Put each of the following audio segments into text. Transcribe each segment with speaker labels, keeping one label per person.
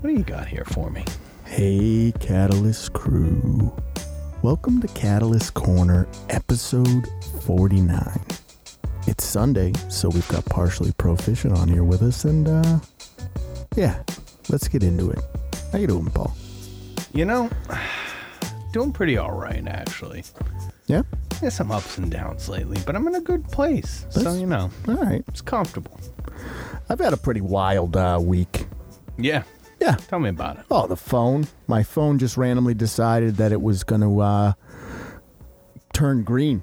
Speaker 1: What do you got here for me?
Speaker 2: Hey, Catalyst crew. Welcome to Catalyst Corner, episode 49. It's Sunday, so we've got partially proficient on here with us, and uh, yeah, let's get into it. How you doing, Paul?
Speaker 1: You know, doing pretty all right actually.
Speaker 2: Yeah,
Speaker 1: There's some ups and downs lately, but I'm in a good place. so
Speaker 2: That's-
Speaker 1: you know,
Speaker 2: all right.
Speaker 1: it's comfortable.
Speaker 2: I've had a pretty wild uh, week.
Speaker 1: Yeah.
Speaker 2: Yeah,
Speaker 1: Tell me about it.
Speaker 2: Oh, the phone. My phone just randomly decided that it was going to uh, turn green.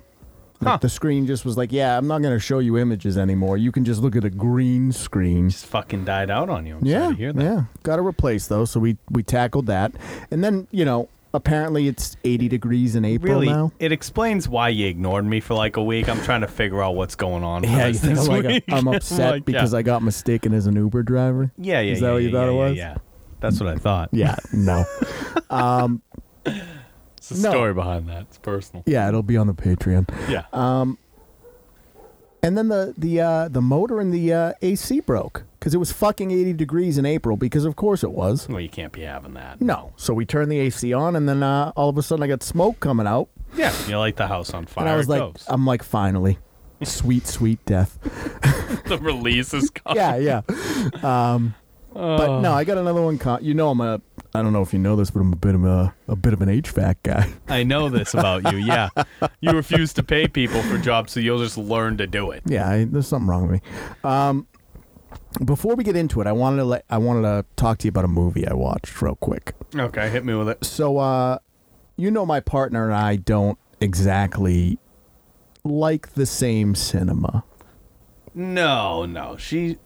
Speaker 2: Like
Speaker 1: Huh.
Speaker 2: The screen just was like, yeah, I'm not going to show you images anymore. You can just look at a green screen.
Speaker 1: Just fucking died out on you. I'm
Speaker 2: Yeah,
Speaker 1: sorry to hear that.
Speaker 2: yeah. Got to replace though, so we we tackled that, and then you know apparently it's 80 degrees in April
Speaker 1: Really,
Speaker 2: now.
Speaker 1: it explains why you ignored me for like a week. I'm trying to figure out what's going on. with
Speaker 2: Yeah, you
Speaker 1: us
Speaker 2: think I'm,
Speaker 1: this
Speaker 2: like
Speaker 1: week.
Speaker 2: a, I'm upset
Speaker 1: like,
Speaker 2: because
Speaker 1: yeah.
Speaker 2: I got mistaken as an Uber driver.
Speaker 1: Yeah, yeah,
Speaker 2: Is
Speaker 1: yeah,
Speaker 2: that what
Speaker 1: yeah,
Speaker 2: you thought
Speaker 1: yeah,
Speaker 2: it was?
Speaker 1: Yeah, yeah. that's what I thought.
Speaker 2: Yeah, no.
Speaker 1: It's the
Speaker 2: No.
Speaker 1: story behind that. It's personal.
Speaker 2: yeah, it'll be on the Patreon.
Speaker 1: Yeah.
Speaker 2: Uh, And then the the uh, the motor and the uh, AC broke because it was fucking 80 degrees in April because of course it was.
Speaker 1: well, you can't be having that.
Speaker 2: No, so we turned the AC on and then uh, all of a sudden I got smoke coming out
Speaker 1: Yeah, you light the house on fire.
Speaker 2: and I was
Speaker 1: it
Speaker 2: like, um,
Speaker 1: goes.
Speaker 2: I'm like, finally, sweet sweet death.
Speaker 1: the release is coming.
Speaker 2: yeah, yeah. Um, but no, I got another one. Con- you know, I'm a I don't know if you know this, but I'm a bit of a a bit of an HVAC guy.
Speaker 1: I know this about you. Yeah, you refuse to pay people for jobs, so you'll just learn to do it.
Speaker 2: Yeah, I, there's something wrong with me. Um, before we get into it, I wanted to let I wanted to talk to you about a movie I watched real quick.
Speaker 1: Okay, hit me with it.
Speaker 2: So, uh, you know, my partner and I don't exactly like the same cinema.
Speaker 1: No, no, she,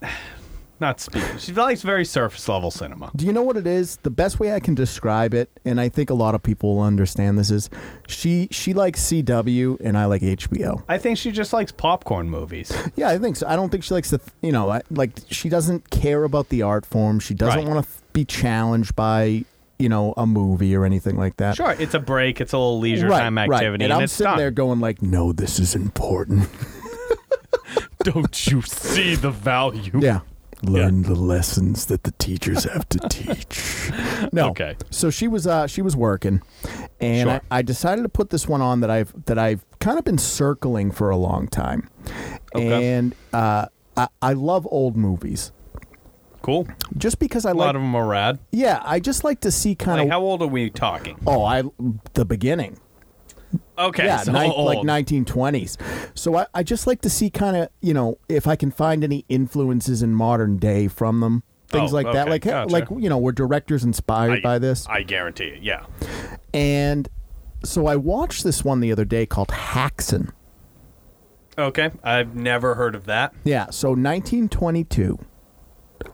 Speaker 1: not speaking. She likes very surface level cinema.
Speaker 2: Do you know what it is? The best way I can describe it, and I think a lot of people will understand this, is she she likes CW and I like HBO.
Speaker 1: I think she just likes popcorn movies.
Speaker 2: Yeah, I think so. I don't think she likes the th- you know I- like she doesn't care about the art form. She doesn't
Speaker 1: Right.
Speaker 2: want to be challenged by you know a movie or anything like that.
Speaker 1: Sure, it's a break. It's a little leisure time activity,
Speaker 2: And, I'm
Speaker 1: it's
Speaker 2: sitting
Speaker 1: done.
Speaker 2: there going like, no, this is important.
Speaker 1: Don't you see the value?
Speaker 2: Yeah. Learn the lessons that the teachers have to teach. No.
Speaker 1: Okay.
Speaker 2: So she was uh, she was working, and
Speaker 1: Sure.
Speaker 2: I, I decided to put this one on that I've that I've kind of been circling for a long time,
Speaker 1: Okay.
Speaker 2: and uh, I, I love old movies
Speaker 1: Cool.
Speaker 2: just because I
Speaker 1: A lot
Speaker 2: like.
Speaker 1: of them are rad.
Speaker 2: yeah, I just like to see kind
Speaker 1: Like,
Speaker 2: of.
Speaker 1: how old are we talking?
Speaker 2: oh, I the beginning.
Speaker 1: Okay,
Speaker 2: yeah,
Speaker 1: so
Speaker 2: ni- like
Speaker 1: old.
Speaker 2: 1920s. So I, I just like to see kind of you know if I can find any influences in modern day from them, things
Speaker 1: Oh,
Speaker 2: like that.
Speaker 1: okay,
Speaker 2: Like
Speaker 1: gotcha.
Speaker 2: like you know were directors inspired by this?
Speaker 1: I guarantee it. Yeah.
Speaker 2: and so I watched this one the other day called Haxon.
Speaker 1: Okay, I've never heard of that.
Speaker 2: Yeah, so 1922,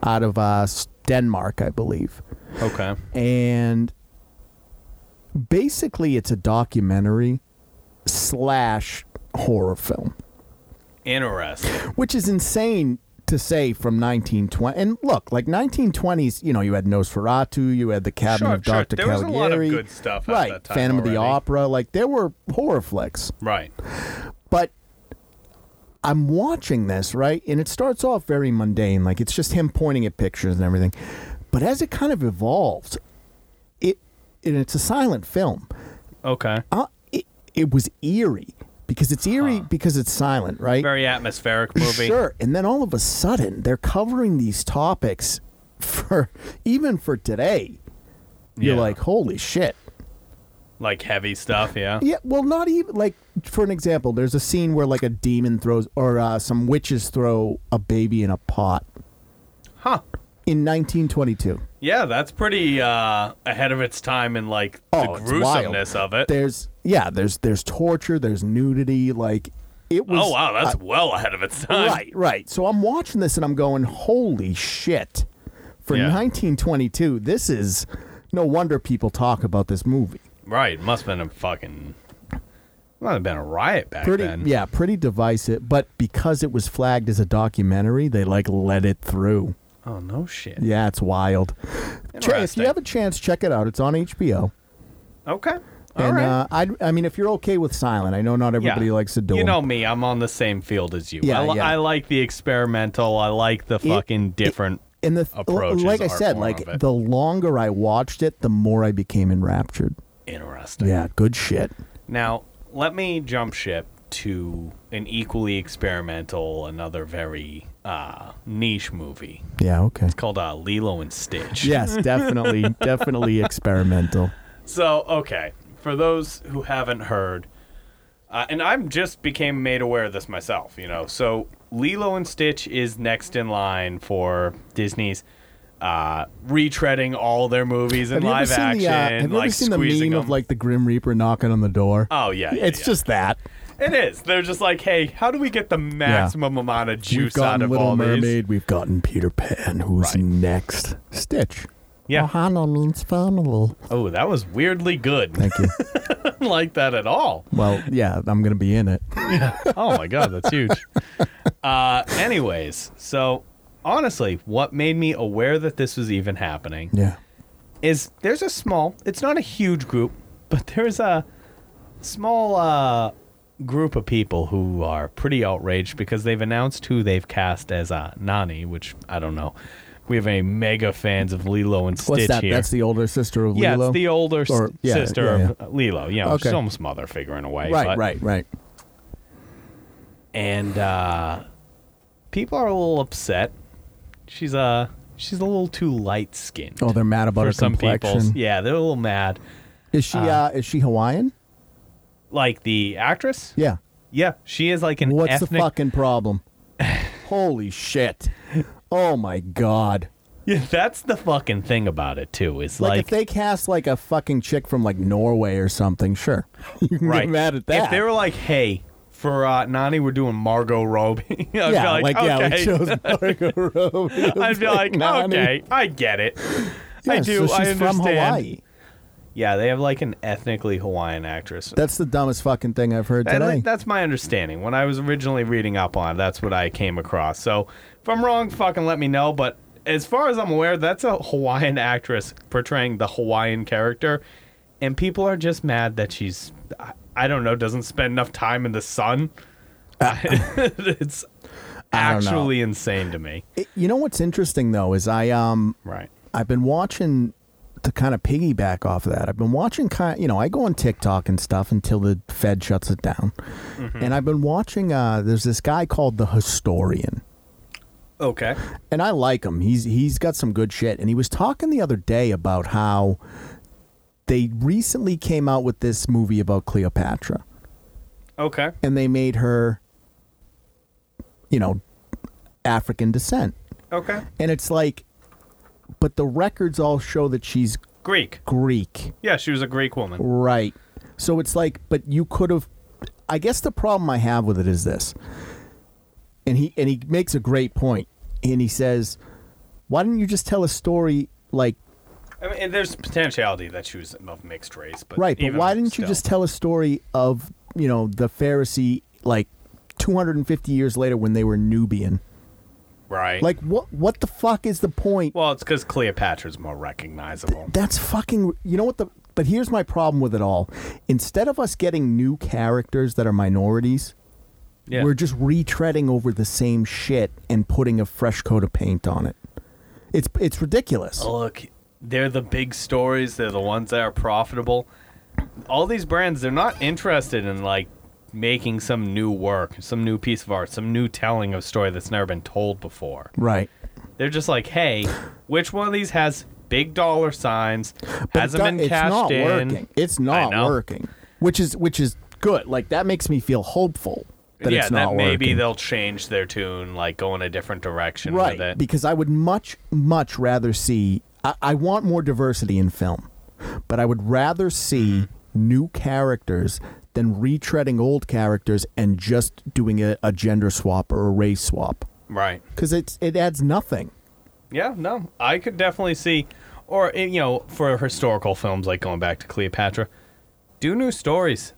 Speaker 2: out of uh, s- Denmark, I believe,
Speaker 1: Okay.
Speaker 2: and basically it's a documentary slash horror film.
Speaker 1: Interesting.
Speaker 2: which is insane to say from 1920. And look, like 1920s, you know, you had Nosferatu, you had the Cabin
Speaker 1: Sure,
Speaker 2: of
Speaker 1: sure.
Speaker 2: Dr.
Speaker 1: There was a
Speaker 2: Caligari,
Speaker 1: lot of good stuff at
Speaker 2: right?
Speaker 1: that time
Speaker 2: Phantom of the
Speaker 1: already.
Speaker 2: Opera, like there were horror flicks,
Speaker 1: Right.
Speaker 2: but. I'm watching this, right? And it starts off very mundane. Like it's just him pointing at pictures and everything. But as it kind of evolves, it and it's a silent film
Speaker 1: Okay.
Speaker 2: uh, it, it was eerie because it's eerie because it's silent, right?
Speaker 1: Very atmospheric movie.
Speaker 2: Sure. And then all of a sudden, they're covering these topics for even for today. You're
Speaker 1: Yeah.
Speaker 2: like, holy shit.
Speaker 1: Like heavy stuff, yeah.
Speaker 2: Yeah, well, not even like for an example, there's a scene where like a demon throws or uh, some witches throw a baby in a pot
Speaker 1: Huh.
Speaker 2: in 1922.
Speaker 1: Yeah, that's pretty uh ahead of its time in like the
Speaker 2: Oh, it's
Speaker 1: gruesomeness of it.
Speaker 2: There's yeah, there's there's torture, there's nudity, like it was.
Speaker 1: oh wow, that's well ahead of its time.
Speaker 2: Right, right. So I'm watching this and I'm going, holy shit. For
Speaker 1: Yeah.
Speaker 2: 1922, this is no wonder people talk about this movie.
Speaker 1: Right. Must have been a fucking might have been a riot back
Speaker 2: Pretty,
Speaker 1: then.
Speaker 2: yeah, pretty divisive. But because it was flagged as a documentary, they like let it through.
Speaker 1: Oh no shit.
Speaker 2: Yeah, it's wild. Che- If
Speaker 1: Interesting.
Speaker 2: you have a chance, check it out. It's on HBO.
Speaker 1: Okay.
Speaker 2: and
Speaker 1: right.
Speaker 2: uh, I, I mean, if you're okay with silent, I know not everybody likes a door.
Speaker 1: You know me. I'm on the same field as you.
Speaker 2: Yeah,
Speaker 1: I, li-
Speaker 2: yeah.
Speaker 1: I like the experimental. I like the fucking different.
Speaker 2: and the
Speaker 1: approach
Speaker 2: like
Speaker 1: is
Speaker 2: I
Speaker 1: art
Speaker 2: said,
Speaker 1: form
Speaker 2: like
Speaker 1: of it.
Speaker 2: the longer I watched it, the more I became enraptured.
Speaker 1: interesting.
Speaker 2: Yeah, good shit.
Speaker 1: Now, let me jump ship to an equally experimental, another very uh, niche movie
Speaker 2: Yeah, okay.
Speaker 1: called uh, Lilo and Stitch.
Speaker 2: Yes, definitely, definitely experimental.
Speaker 1: So, okay, for those who haven't heard, uh, and I'm just became made aware of this myself, you know. So, Lilo and Stitch is next in line for Disney's uh, retreading all their movies in
Speaker 2: Have you ever
Speaker 1: live
Speaker 2: seen
Speaker 1: action,
Speaker 2: the? Uh, have you ever
Speaker 1: like
Speaker 2: seen the meme
Speaker 1: squeezing
Speaker 2: of
Speaker 1: them.
Speaker 2: like the Grim Reaper knocking on the door?
Speaker 1: Oh yeah, yeah,
Speaker 2: it's
Speaker 1: yeah.
Speaker 2: just that.
Speaker 1: it is. They're just like, hey, how do we get the maximum amount of
Speaker 2: We've
Speaker 1: juice out
Speaker 2: gotten
Speaker 1: of
Speaker 2: Little
Speaker 1: all these?
Speaker 2: Mermaid. We've gotten Peter Pan. Who's
Speaker 1: Right.
Speaker 2: next? Stitch.
Speaker 1: Yeah.
Speaker 2: Ohana means funnel.
Speaker 1: Oh, that was weirdly good.
Speaker 2: Thank you.
Speaker 1: I didn't like that at all.
Speaker 2: well, yeah, I'm gonna be in it.
Speaker 1: oh my god, that's huge. Uh, anyways, so honestly, what made me aware that this was even happening
Speaker 2: Yeah.
Speaker 1: is there's a small, it's not a huge group, but there's a small uh, group of people who are pretty outraged because they've announced who they've cast as uh, Nani, which I don't know. We have a mega fans of Lilo and Stitch
Speaker 2: What's that?
Speaker 1: here.
Speaker 2: That's the older sister of
Speaker 1: yeah,
Speaker 2: Lilo.
Speaker 1: it's the older s-
Speaker 2: Or- yeah,
Speaker 1: sister
Speaker 2: yeah,
Speaker 1: of Lilo. You know,
Speaker 2: Okay.
Speaker 1: some mother figure in a way.
Speaker 2: right,
Speaker 1: but-
Speaker 2: right, right.
Speaker 1: and uh, people are a little upset. She's uh she's a little too light skinned
Speaker 2: Oh, they're mad about
Speaker 1: for
Speaker 2: her
Speaker 1: some
Speaker 2: complexion.
Speaker 1: people. Yeah, they're a little mad.
Speaker 2: Is she uh, is she Hawaiian?
Speaker 1: Like the actress.
Speaker 2: Yeah.
Speaker 1: Yeah, she is like an
Speaker 2: What's
Speaker 1: ethnic.
Speaker 2: the fucking problem? Holy shit. Oh my god.
Speaker 1: Yeah, that's the fucking thing about it too. Is
Speaker 2: Like,
Speaker 1: like,
Speaker 2: if they cast like a fucking chick from like Norway or something, sure. You can
Speaker 1: right
Speaker 2: get mad at that.
Speaker 1: If they were like, hey. For uh, Nani, we're doing Margot Robbie. I'd
Speaker 2: yeah,
Speaker 1: be like,
Speaker 2: yeah,
Speaker 1: okay.
Speaker 2: we chose Margot Robbie.
Speaker 1: I'd be like,
Speaker 2: Nani.
Speaker 1: okay, I get it. I
Speaker 2: Yeah,
Speaker 1: do.
Speaker 2: So she's
Speaker 1: I understand.
Speaker 2: from Hawaii.
Speaker 1: Yeah, they have like an ethnically Hawaiian actress.
Speaker 2: That's the dumbest fucking thing I've heard
Speaker 1: That-
Speaker 2: today.
Speaker 1: that's my understanding. When I was originally reading up on it, that's what I came across. So if I'm wrong, fucking let me know. But as far as I'm aware, that's a Hawaiian actress portraying the Hawaiian character. And people are just mad that she's, I- I don't know, doesn't spend enough time in the sun. it's
Speaker 2: Uh, I don't know.
Speaker 1: actually insane to me.
Speaker 2: It- you know what's interesting though is I um
Speaker 1: Right.
Speaker 2: I've been watching to kind of piggyback off of that. I've been watching kind, you know, I go on TikTok and stuff until the Fed shuts it down. And I've been watching uh there's this guy called the historian.
Speaker 1: Okay.
Speaker 2: And I like him. He's he's got some good shit and he was talking the other day about how they recently came out with this movie about Cleopatra
Speaker 1: Okay.
Speaker 2: and they made her you know African descent.
Speaker 1: Okay.
Speaker 2: And it's like but the records all show that she's
Speaker 1: Greek.
Speaker 2: Greek.
Speaker 1: Yeah, she was a Greek woman.
Speaker 2: Right. So it's like, but you could have. I guess the problem I have with it is this, and he and he makes a great point, and he says, "Why didn't you just tell a story like
Speaker 1: I mean, there's potentiality that she was of mixed race, but
Speaker 2: right? But
Speaker 1: even
Speaker 2: why didn't
Speaker 1: still.
Speaker 2: you just tell a story of you know the Pharisee like 250 years later when they were Nubian?
Speaker 1: right?
Speaker 2: Like what what the fuck is the point?
Speaker 1: Well, it's because Cleopatra's more recognizable.
Speaker 2: That's fucking. You know what the. But here's my problem with it all. Instead of us getting new characters that are minorities,
Speaker 1: Yeah.
Speaker 2: We're just retreading over the same shit and putting a fresh coat of paint on it. It's it's ridiculous.
Speaker 1: Look, they're the big stories. They're the ones that are profitable. All these brands, they're not interested in like making some new work, some new piece of art, some new telling of a story that's never been told before.
Speaker 2: Right.
Speaker 1: They're just like, hey, which one of these has big dollar signs,
Speaker 2: But
Speaker 1: hasn't
Speaker 2: it do-
Speaker 1: been
Speaker 2: it's
Speaker 1: cashed
Speaker 2: not
Speaker 1: in?
Speaker 2: working. It's
Speaker 1: I know.
Speaker 2: not working. Which is which is good. Like that makes me feel hopeful that
Speaker 1: yeah,
Speaker 2: it's not
Speaker 1: that maybe
Speaker 2: working.
Speaker 1: they'll change their tune, like go in a different direction
Speaker 2: right.
Speaker 1: with it.
Speaker 2: Because I would much much rather see. I, I want more diversity in film, but I would rather see
Speaker 1: Mm-hmm.
Speaker 2: new characters than retreading old characters and just doing a, a gender swap or a race swap
Speaker 1: right.
Speaker 2: because it's it adds nothing.
Speaker 1: Yeah, no, I could definitely see, or eh, you know, for historical films like going back to Cleopatra, do new stories.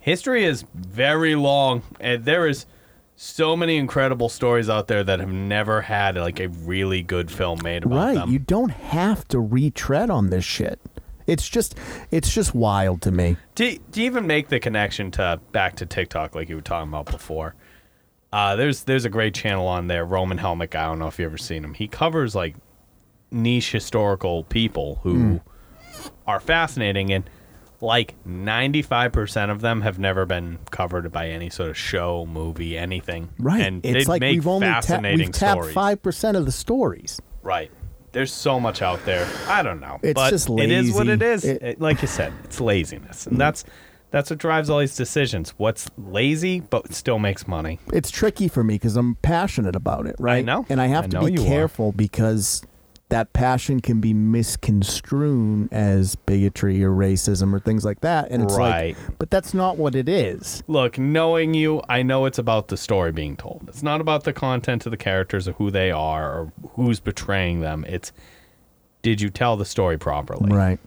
Speaker 1: History is very long, and there is so many incredible stories out there that have never had like a really good film made about
Speaker 2: Right.
Speaker 1: them.
Speaker 2: You don't have to retread on this shit. It's just it's just wild to me.
Speaker 1: to, to even make the connection to back to TikTok, like you were talking about before, uh, there's there's a great channel on there, Roman Helmick. I don't know if you ever seen him. He covers like niche historical people who
Speaker 2: Hmm.
Speaker 1: are fascinating, and like 95% of them have never been covered by any sort of show, movie, anything.
Speaker 2: Right.
Speaker 1: and
Speaker 2: it's
Speaker 1: they
Speaker 2: like
Speaker 1: make
Speaker 2: we've only ta-
Speaker 1: fascinating
Speaker 2: we've tapped
Speaker 1: stories.
Speaker 2: five percent of the stories.
Speaker 1: Right. There's so much out there. I don't know.
Speaker 2: It's
Speaker 1: but
Speaker 2: just
Speaker 1: It is what it
Speaker 2: lazy.
Speaker 1: is.
Speaker 2: It- Mm.
Speaker 1: It- like you said, it's laziness, and that's that's what drives all these decisions. What's lazy but still makes money.
Speaker 2: It's tricky for me because I'm passionate about it, right?
Speaker 1: know.
Speaker 2: And I have
Speaker 1: I
Speaker 2: to
Speaker 1: know
Speaker 2: be
Speaker 1: you are.
Speaker 2: careful because that passion can be misconstrued as bigotry or racism or things like that. And it's
Speaker 1: Right.
Speaker 2: like, but that's not what it is.
Speaker 1: Look, knowing you, I know it's about the story being told. It's not about the content of the characters or who they are or who's betraying them. It's did you tell the story properly?
Speaker 2: Right.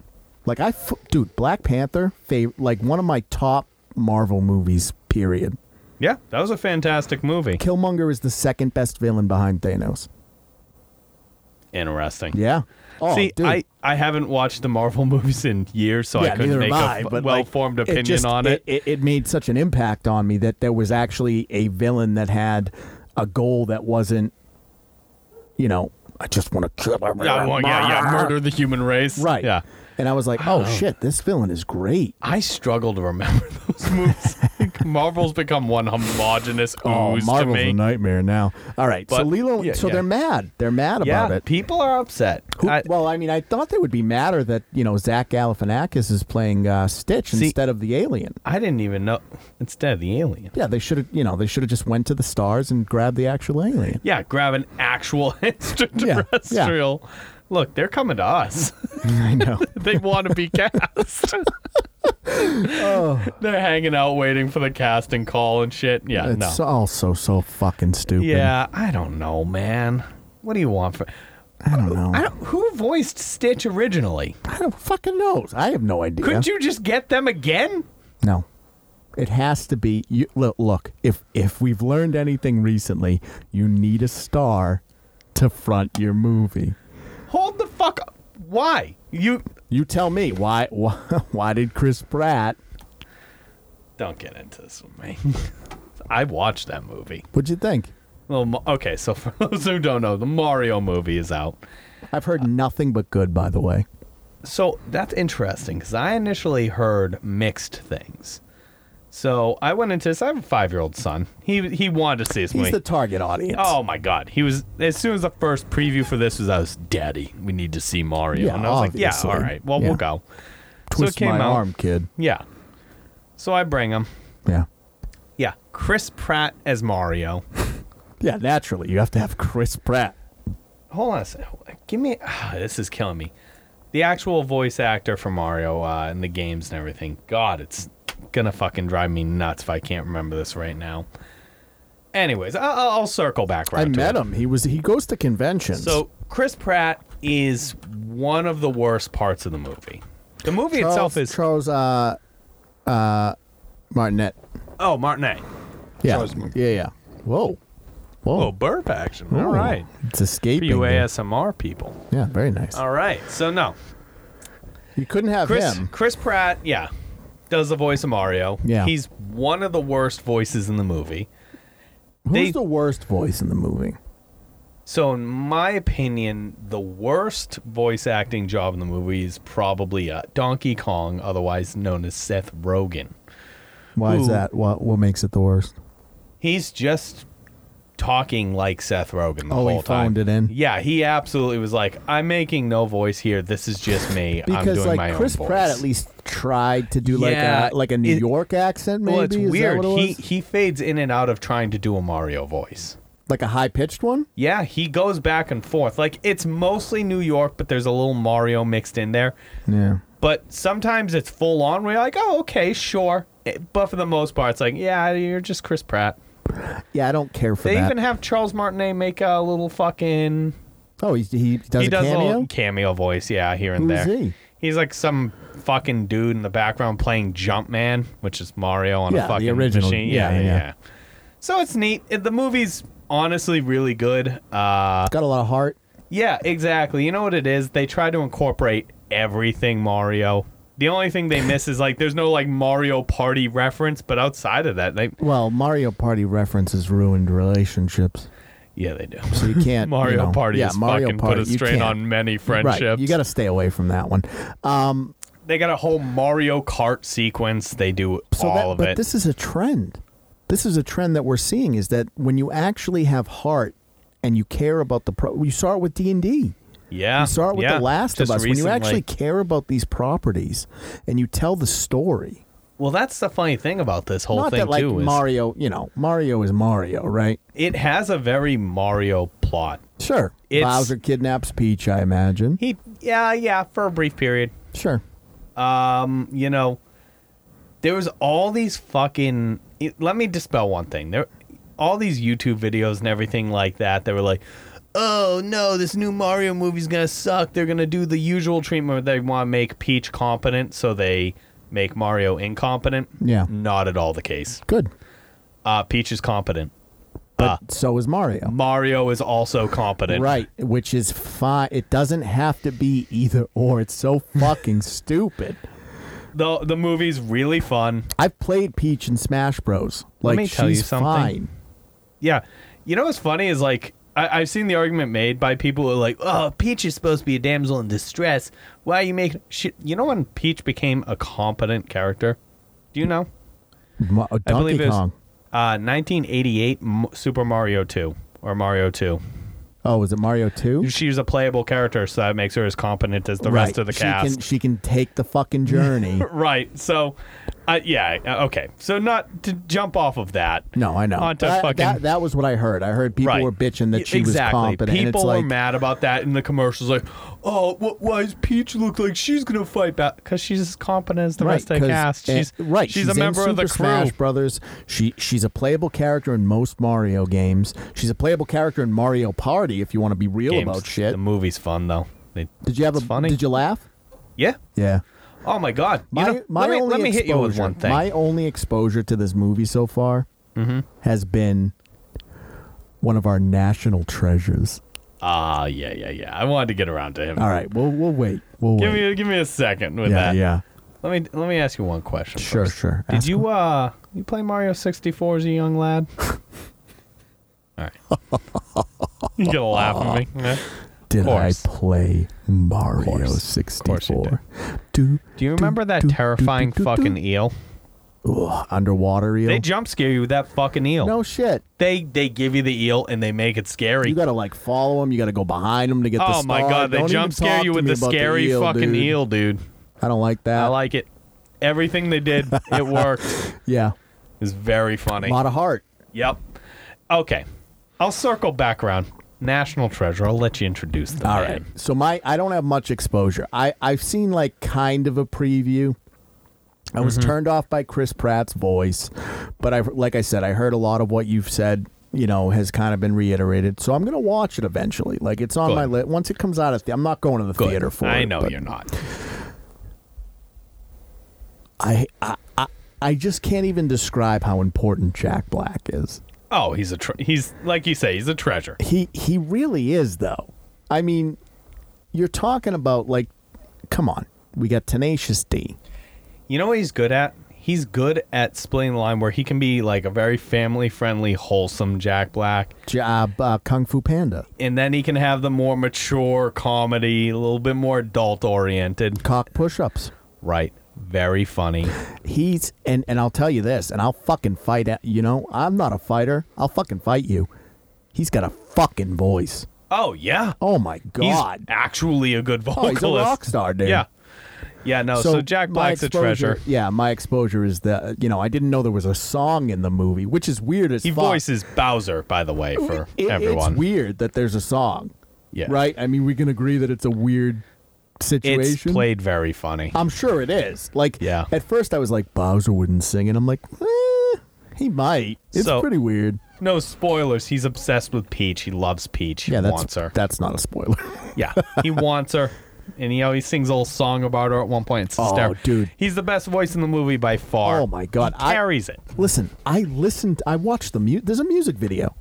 Speaker 2: Like I, f- dude, Black Panther, fav- like one of my top Marvel movies. Period.
Speaker 1: Yeah, that was a fantastic movie.
Speaker 2: Killmonger is the second best villain behind Thanos.
Speaker 1: Interesting.
Speaker 2: Yeah. Oh,
Speaker 1: See,
Speaker 2: dude.
Speaker 1: I, I haven't watched the Marvel movies in years, so Oh, I couldn't
Speaker 2: neither
Speaker 1: make
Speaker 2: am
Speaker 1: a
Speaker 2: I,
Speaker 1: f-
Speaker 2: but,
Speaker 1: well
Speaker 2: like,
Speaker 1: formed
Speaker 2: it
Speaker 1: opinion
Speaker 2: just-
Speaker 1: on it.
Speaker 2: it. It made such an impact on me that there was actually a villain that had a goal that wasn't, you know, I just want to kill everyone.
Speaker 1: Yeah, well, yeah, yeah, murder the human race.
Speaker 2: Right.
Speaker 1: Yeah.
Speaker 2: And I was like, oh shit, this villain is great.
Speaker 1: I struggle to remember those movies. Marvel's become one homogenous
Speaker 2: Oh,
Speaker 1: ooze to
Speaker 2: Marvel's a
Speaker 1: me.
Speaker 2: nightmare now. All right, so
Speaker 1: But-
Speaker 2: Lilo,
Speaker 1: yeah,
Speaker 2: so
Speaker 1: yeah.
Speaker 2: they're mad. They're mad
Speaker 1: yeah,
Speaker 2: about it.
Speaker 1: people are upset.
Speaker 2: Who,
Speaker 1: I-
Speaker 2: well, I mean, I thought they would be madder that you know Zach Galifianakis is playing uh, Stitch
Speaker 1: See-
Speaker 2: instead of the alien.
Speaker 1: I didn't even know. Instead of the alien.
Speaker 2: Yeah, they should have. You know, they should have just went to the stars and grabbed the actual alien.
Speaker 1: Yeah, grab an actual extraterrestrial. Look, they're coming to us.
Speaker 2: I know.
Speaker 1: they want to be cast.
Speaker 2: Oh.
Speaker 1: They're hanging out waiting for the casting call and shit. Yeah,
Speaker 2: It's
Speaker 1: no.
Speaker 2: all so so fucking stupid.
Speaker 1: yeah, I don't know, man. What do you want for?
Speaker 2: I don't know.
Speaker 1: I don't, who voiced Stitch originally?
Speaker 2: I don't fucking knows. I have no idea.
Speaker 1: Couldn't you just get them again?
Speaker 2: No. It has to be. You, look, look. If if we've learned anything recently, you need a star to front your movie.
Speaker 1: Hold the fuck up. Why? You
Speaker 2: You tell me why why, why did Chris Pratt?
Speaker 1: don't get into this with me. I watched that movie.
Speaker 2: What'd you think?
Speaker 1: Well, Ma- okay, so for those who don't know, the Mario movie is out.
Speaker 2: I've heard nothing but good, by the way.
Speaker 1: So that's interesting because I initially heard mixed things. So I went into this. I have a five-year-old son. He he wanted to see this
Speaker 2: He's
Speaker 1: movie.
Speaker 2: the target audience.
Speaker 1: Oh my god. He was as soon as the first preview for this was I was daddy, we need to see Mario.
Speaker 2: Yeah, oh,
Speaker 1: and I was like,
Speaker 2: obviously.
Speaker 1: Yeah, all right. Well
Speaker 2: Yeah.
Speaker 1: we'll go.
Speaker 2: twist
Speaker 1: so it came
Speaker 2: my
Speaker 1: out.
Speaker 2: arm, kid.
Speaker 1: Yeah. So I bring him.
Speaker 2: Yeah,
Speaker 1: Yeah. Chris Pratt as Mario.
Speaker 2: yeah. Naturally, you have to have Chris Pratt.
Speaker 1: Hold on a second. Give me ah, this is killing me. The actual voice actor for Mario uh, in the games and everything. God, it's gonna fucking drive me nuts if I can't remember this right now. Anyways, I- I'll, I'll circle back.
Speaker 2: I
Speaker 1: Right to
Speaker 2: met
Speaker 1: it.
Speaker 2: him. He was he goes to conventions.
Speaker 1: So Chris Pratt is one of the worst parts of the movie. The movie itself is
Speaker 2: Charles uh, uh, Martinet.
Speaker 1: oh Martinet.
Speaker 2: Yeah,
Speaker 1: Charles-
Speaker 2: yeah, yeah. Whoa,
Speaker 1: Oh,
Speaker 2: whoa.
Speaker 1: burp action.
Speaker 2: Ooh.
Speaker 1: All right,
Speaker 2: It's escaping.
Speaker 1: you
Speaker 2: me.
Speaker 1: ASMR people.
Speaker 2: Yeah, very nice.
Speaker 1: All right, so no,
Speaker 2: You couldn't have
Speaker 1: Chris
Speaker 2: him.
Speaker 1: Chris Pratt. Yeah, does the voice of Mario.
Speaker 2: Yeah.
Speaker 1: he's one of the worst voices in the movie.
Speaker 2: Who's
Speaker 1: they-
Speaker 2: the worst voice in the movie?
Speaker 1: So in my opinion, the worst voice acting job in the movie is probably uh, Donkey Kong, otherwise known as Seth Rogen.
Speaker 2: Why is
Speaker 1: Who?
Speaker 2: that? What what makes it the worst?
Speaker 1: He's just talking like Seth Rogen the
Speaker 2: Oh,
Speaker 1: whole
Speaker 2: he
Speaker 1: time.
Speaker 2: phoned it in?
Speaker 1: Yeah, he absolutely was like, "I'm making no voice here. This is just me. I'm
Speaker 2: Because
Speaker 1: doing my
Speaker 2: like
Speaker 1: own
Speaker 2: Chris
Speaker 1: voice."
Speaker 2: Pratt at least tried to do like
Speaker 1: Yeah,
Speaker 2: a like a New
Speaker 1: it-
Speaker 2: York accent. Maybe
Speaker 1: well, it's
Speaker 2: Is that
Speaker 1: weird.
Speaker 2: what it
Speaker 1: He
Speaker 2: was?
Speaker 1: he fades in and out of trying to do a Mario voice.
Speaker 2: like a high pitched one.
Speaker 1: Yeah, he goes back and forth. Like it's mostly New York, but there's a little Mario mixed in there.
Speaker 2: Yeah.
Speaker 1: But sometimes it's full on. We're like, "Oh, okay, sure." It- but for the most part, it's like, "Yeah, you're just Chris Pratt."
Speaker 2: Yeah, I don't care for
Speaker 1: They
Speaker 2: that.
Speaker 1: even have Charles Martinet make a little fucking
Speaker 2: oh, he, he does
Speaker 1: he
Speaker 2: a
Speaker 1: does
Speaker 2: cameo.
Speaker 1: a little cameo voice, yeah, here and
Speaker 2: Who's
Speaker 1: there.
Speaker 2: he?
Speaker 1: He's like some fucking dude in the background playing Jumpman, which is Mario on
Speaker 2: Yeah,
Speaker 1: a
Speaker 2: the
Speaker 1: fucking
Speaker 2: original.
Speaker 1: machine.
Speaker 2: Yeah, yeah, yeah.
Speaker 1: So it's neat. It- the movie's honestly really good. Uh,
Speaker 2: Got a lot of heart.
Speaker 1: yeah, exactly. You know what it is? They try to incorporate everything Mario. The only thing they miss is like there's no like Mario Party reference, but outside of that, they
Speaker 2: Well, Mario Party references ruined relationships,
Speaker 1: yeah they do.
Speaker 2: so you can't. you
Speaker 1: Mario
Speaker 2: know-
Speaker 1: Party
Speaker 2: yeah,
Speaker 1: has
Speaker 2: Mario
Speaker 1: fucking
Speaker 2: Party,
Speaker 1: put a
Speaker 2: you
Speaker 1: strain
Speaker 2: can't.
Speaker 1: on many friendships.
Speaker 2: Right, you got to stay away from that one. Um,
Speaker 1: they got a whole Mario Kart sequence. They do
Speaker 2: so
Speaker 1: all
Speaker 2: that,
Speaker 1: of
Speaker 2: but
Speaker 1: it.
Speaker 2: this is a trend. This is a trend that we're seeing is that when you actually have heart and you care about the pro, you saw it with D and D.
Speaker 1: yeah,
Speaker 2: You saw it with
Speaker 1: yeah,
Speaker 2: The Last of
Speaker 1: just
Speaker 2: Us.
Speaker 1: recently.
Speaker 2: When you actually care about these properties and you tell the story,
Speaker 1: well, that's the funny thing about this whole
Speaker 2: not
Speaker 1: thing
Speaker 2: that like
Speaker 1: too. is
Speaker 2: Mario, you know, Mario is Mario, right?
Speaker 1: it has a very Mario plot.
Speaker 2: Sure.
Speaker 1: It's-
Speaker 2: Bowser kidnaps Peach, I imagine.
Speaker 1: He, yeah, yeah, for a brief period.
Speaker 2: Sure.
Speaker 1: Um, you know, there was all these fucking. it- Let me dispel one thing. There, all these YouTube videos and everything like that. They were like, "Oh no, this new Mario movie's gonna suck. They're gonna do the usual treatment. They want to make Peach competent, so they make Mario incompetent."
Speaker 2: Yeah.
Speaker 1: not at all the case.
Speaker 2: Good.
Speaker 1: Uh, Peach is competent. Uh,
Speaker 2: But
Speaker 1: Ah.
Speaker 2: so is Mario.
Speaker 1: Mario is also competent.
Speaker 2: Right, which is fine. It doesn't have to be either or. It's so fucking stupid.
Speaker 1: The the movie's really fun.
Speaker 2: I've played Peach in Smash Bros.
Speaker 1: Let
Speaker 2: Like
Speaker 1: me tell you
Speaker 2: she's
Speaker 1: something.
Speaker 2: fine.
Speaker 1: Yeah. You know what's funny is like I, I've seen the argument made by people who are like, "Oh, Peach is supposed to be a damsel in distress. Why are you making shit?" You know when Peach became a competent character? Do you know?
Speaker 2: Ma- Donkey
Speaker 1: believe it was-
Speaker 2: Kong.
Speaker 1: Uh, 1988 M- Super Mario 2 or Mario 2.
Speaker 2: Oh, is it Mario 2?
Speaker 1: She's a playable character, so that makes her as competent as the rest of the
Speaker 2: she
Speaker 1: cast.
Speaker 2: Can, she can take the fucking journey.
Speaker 1: Right. So, uh, yeah. uh, Okay. So not to jump off of that.
Speaker 2: No, I know.
Speaker 1: Onto
Speaker 2: But I-
Speaker 1: fucking-
Speaker 2: that, that was what I heard. I heard people
Speaker 1: right.
Speaker 2: were bitching that she
Speaker 1: exactly.
Speaker 2: was competent.
Speaker 1: People
Speaker 2: and it's like,
Speaker 1: were mad about that in the commercials. Like, oh, wh- why does Peach look like she's gonna fight back? Because she's as competent as the
Speaker 2: right,
Speaker 1: rest of the
Speaker 2: 'cause-
Speaker 1: cast.
Speaker 2: and-
Speaker 1: She's
Speaker 2: right.
Speaker 1: She's,
Speaker 2: She's,
Speaker 1: a member
Speaker 2: in
Speaker 1: of the
Speaker 2: Super
Speaker 1: crew.
Speaker 2: Smash Brothers. She she's a playable character in most Mario games. She's a playable character in Mario Party. If you want to be real
Speaker 1: Games.
Speaker 2: about shit.
Speaker 1: The movie's fun though. They,
Speaker 2: Did you have a?
Speaker 1: it's funny.
Speaker 2: Did you laugh?
Speaker 1: yeah.
Speaker 2: Yeah.
Speaker 1: Oh my God. You
Speaker 2: My,
Speaker 1: know,
Speaker 2: my
Speaker 1: let me,
Speaker 2: only
Speaker 1: let me hit you with
Speaker 2: exposure-
Speaker 1: one thing. Mm-hmm.
Speaker 2: My only exposure to this movie so far has been one of our national treasures.
Speaker 1: Ah, yeah, yeah, yeah. I wanted to get around to him.
Speaker 2: All right, we'll we'll wait. We'll
Speaker 1: Give
Speaker 2: wait.
Speaker 1: me, give me a second with
Speaker 2: yeah,
Speaker 1: that.
Speaker 2: yeah.
Speaker 1: Let me, let me ask you one question.
Speaker 2: Sure,
Speaker 1: first.
Speaker 2: sure.
Speaker 1: Did
Speaker 2: Ask
Speaker 1: you uh you play Mario 64 as a young lad? All right. You gonna laugh at me? Yeah.
Speaker 2: Did I
Speaker 1: course.
Speaker 2: play Mario
Speaker 1: course. Of course you did.
Speaker 2: 64? Do
Speaker 1: Do you remember that
Speaker 2: do, do,
Speaker 1: terrifying
Speaker 2: do, do, do.
Speaker 1: fucking eel?
Speaker 2: Ugh, underwater eel?
Speaker 1: They jump scare you with that fucking eel.
Speaker 2: no shit.
Speaker 1: They they give you the eel and they make it scary.
Speaker 2: You gotta like follow him. You gotta go behind him to get the
Speaker 1: oh my
Speaker 2: star.
Speaker 1: god, they
Speaker 2: Don't even
Speaker 1: jump scare
Speaker 2: talk
Speaker 1: you
Speaker 2: to
Speaker 1: with
Speaker 2: me
Speaker 1: the
Speaker 2: about
Speaker 1: scary
Speaker 2: eel,
Speaker 1: fucking
Speaker 2: dude.
Speaker 1: eel, dude.
Speaker 2: I don't like that.
Speaker 1: I like it. Everything they did, it worked.
Speaker 2: Yeah,
Speaker 1: It's very
Speaker 2: a
Speaker 1: funny.
Speaker 2: lot of heart.
Speaker 1: Yep. Okay. I'll circle back around. National Treasure. I'll let you introduce the
Speaker 2: All
Speaker 1: man.
Speaker 2: right. So my I don't have much exposure. I I've seen like kind of a preview. I was
Speaker 1: Mm-hmm.
Speaker 2: turned off by Chris Pratt's voice, but I like I said I heard a lot of what you've said. You know, has kind of been reiterated. So I'm going to watch it eventually. Like it's on
Speaker 1: Good.
Speaker 2: my list. Once it comes out, of the, I'm not going to the
Speaker 1: Good.
Speaker 2: theater for it.
Speaker 1: I know
Speaker 2: but
Speaker 1: you're not.
Speaker 2: I, I I I just can't even describe how important Jack Black is.
Speaker 1: Oh, he's a tre- he's like you say, he's a treasure.
Speaker 2: He he really is though. I mean, you're talking about like, come on, we got Tenacious D.
Speaker 1: You know what he's good at? He's good at splitting the line where he can be like a very family friendly, wholesome Jack Black,
Speaker 2: J- uh, b- uh, Kung Fu Panda,
Speaker 1: and then he can have the more mature comedy, a little bit more adult oriented.
Speaker 2: cock push-ups.
Speaker 1: Right. Very funny.
Speaker 2: He's and and I'll tell you this, and I'll fucking fight. At, you know, I'm not a fighter. I'll fucking fight you. He's got a fucking voice.
Speaker 1: Oh yeah.
Speaker 2: Oh my god.
Speaker 1: He's actually a good
Speaker 2: oh,
Speaker 1: vocalist.
Speaker 2: he's a rock star, dude.
Speaker 1: Yeah. Yeah, no. So, Jack
Speaker 2: my
Speaker 1: Black's a
Speaker 2: exposure-
Speaker 1: treasure.
Speaker 2: Yeah, my exposure is that you know I didn't know there was a song in the movie, which is weird as
Speaker 1: He
Speaker 2: fuck.
Speaker 1: voices Bowser, by the way, for
Speaker 2: It-
Speaker 1: everyone.
Speaker 2: It's weird that there's a song.
Speaker 1: Yeah.
Speaker 2: Right. I mean, we can agree that it's a weird situation.
Speaker 1: It's played very funny.
Speaker 2: I'm sure it is. Like,
Speaker 1: Yeah.
Speaker 2: at first I was like, Bowser wouldn't sing, and I'm like, eh, he might. It's
Speaker 1: So-
Speaker 2: pretty weird.
Speaker 1: No spoilers. He's obsessed with Peach. He loves Peach. He
Speaker 2: Yeah, that's
Speaker 1: wants her.
Speaker 2: that's not a spoiler.
Speaker 1: yeah, he wants her. And he always sings a little song about her at one point. It's
Speaker 2: Oh,
Speaker 1: hysterical.
Speaker 2: dude.
Speaker 1: He's the best voice in the movie by far.
Speaker 2: Oh, my God.
Speaker 1: He
Speaker 2: I-
Speaker 1: carries it.
Speaker 2: Listen, I listened. I watched the music. There's a music video.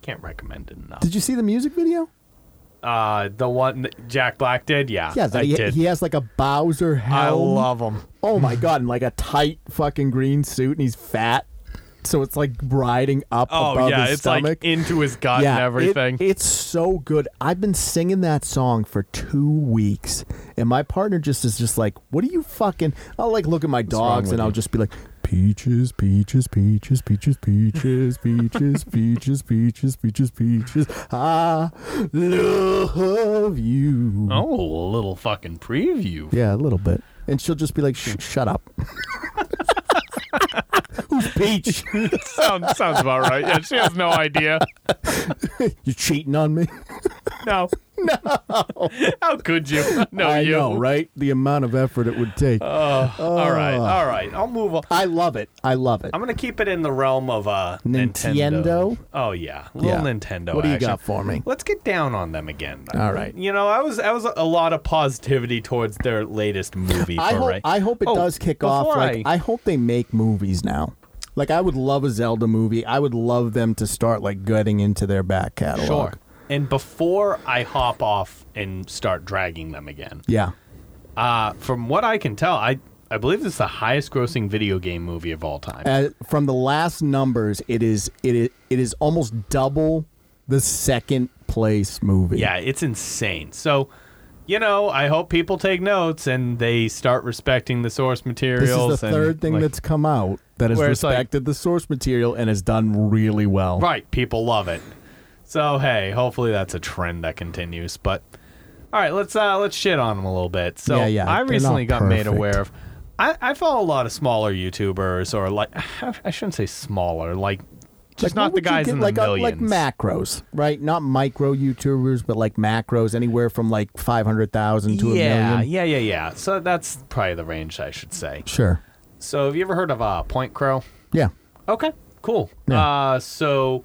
Speaker 1: Can't recommend it enough.
Speaker 2: Did you see the music video?
Speaker 1: Uh, the one that Jack Black did, yeah,
Speaker 2: Yeah, that
Speaker 1: I
Speaker 2: he,
Speaker 1: did.
Speaker 2: he has like a Bowser
Speaker 1: I
Speaker 2: helm.
Speaker 1: love him.
Speaker 2: oh my god, and like a tight fucking green suit, and he's fat, so it's like riding up
Speaker 1: Oh
Speaker 2: above
Speaker 1: yeah,
Speaker 2: his
Speaker 1: it's
Speaker 2: stomach.
Speaker 1: like into his gut and
Speaker 2: it-
Speaker 1: everything.
Speaker 2: it's so good. I've been singing that song for two weeks, and my partner just is just like, "What are you fucking?" I'll like look at my dogs,
Speaker 1: with
Speaker 2: and I'll
Speaker 1: you?
Speaker 2: just be like, "Peaches, peaches, peaches, peaches, peaches, peaches, peaches, peaches, peaches, peaches. I love you."
Speaker 1: oh, a little fucking preview.
Speaker 2: Yeah, a little bit. And she'll just be like, Shh, "Shut up." Who's Peach?
Speaker 1: sounds sounds about right. Yeah, she has no idea.
Speaker 2: You're cheating on me.
Speaker 1: No, no. How could you? No,
Speaker 2: I
Speaker 1: you. Oh.
Speaker 2: know, right? The amount of effort it would take.
Speaker 1: All right, all right. I'll move on.
Speaker 2: I love it. I love it.
Speaker 1: I'm gonna keep it in the realm of uh,
Speaker 2: Nintendo?
Speaker 1: Oh yeah, little
Speaker 2: Yeah.
Speaker 1: Nintendo.
Speaker 2: what do you
Speaker 1: action.
Speaker 2: got for me?
Speaker 1: Let's get down on them again.
Speaker 2: All right.
Speaker 1: You know, I was I was a lot of positivity towards their latest movie.
Speaker 2: I
Speaker 1: for
Speaker 2: hope
Speaker 1: Ray.
Speaker 2: I hope it
Speaker 1: Oh,
Speaker 2: does kick
Speaker 1: before
Speaker 2: off. Like
Speaker 1: I,
Speaker 2: I hope they make movies now. Like I would love a Zelda movie. I would love them to start like getting into their back catalog.
Speaker 1: sure. And before I hop off and start dragging them again,
Speaker 2: Yeah.
Speaker 1: uh, from what I can tell, I I believe this is the highest-grossing video game movie of all time.
Speaker 2: Uh, from the last numbers, it is it is it is almost double the second place movie.
Speaker 1: Yeah, it's insane. So, you know, I hope people take notes and they start respecting the source
Speaker 2: This
Speaker 1: materials.
Speaker 2: is the
Speaker 1: and,
Speaker 2: third thing
Speaker 1: like-
Speaker 2: that's come out that has
Speaker 1: Where it's like-
Speaker 2: respected the source material and has done really well.
Speaker 1: right. People love it. So hey, hopefully that's a trend that continues. But all right, let's uh let's shit on them a little bit. So
Speaker 2: Yeah, yeah,
Speaker 1: I
Speaker 2: they're not
Speaker 1: recently got made
Speaker 2: perfect.
Speaker 1: aware of. I, I follow a lot of smaller YouTubers, or like I shouldn't say smaller, like just
Speaker 2: Like,
Speaker 1: not
Speaker 2: what
Speaker 1: the
Speaker 2: would you
Speaker 1: guys
Speaker 2: get?
Speaker 1: in
Speaker 2: like,
Speaker 1: the
Speaker 2: uh,
Speaker 1: millions.
Speaker 2: like macros, right? Not micro YouTubers, but like macros, anywhere from like five hundred thousand to a
Speaker 1: yeah,
Speaker 2: million.
Speaker 1: yeah, yeah, yeah. So that's probably the range I should say.
Speaker 2: Sure.
Speaker 1: So have you ever heard of uh, Point Crow?
Speaker 2: Yeah.
Speaker 1: Okay, cool.
Speaker 2: Yeah.
Speaker 1: Uh, so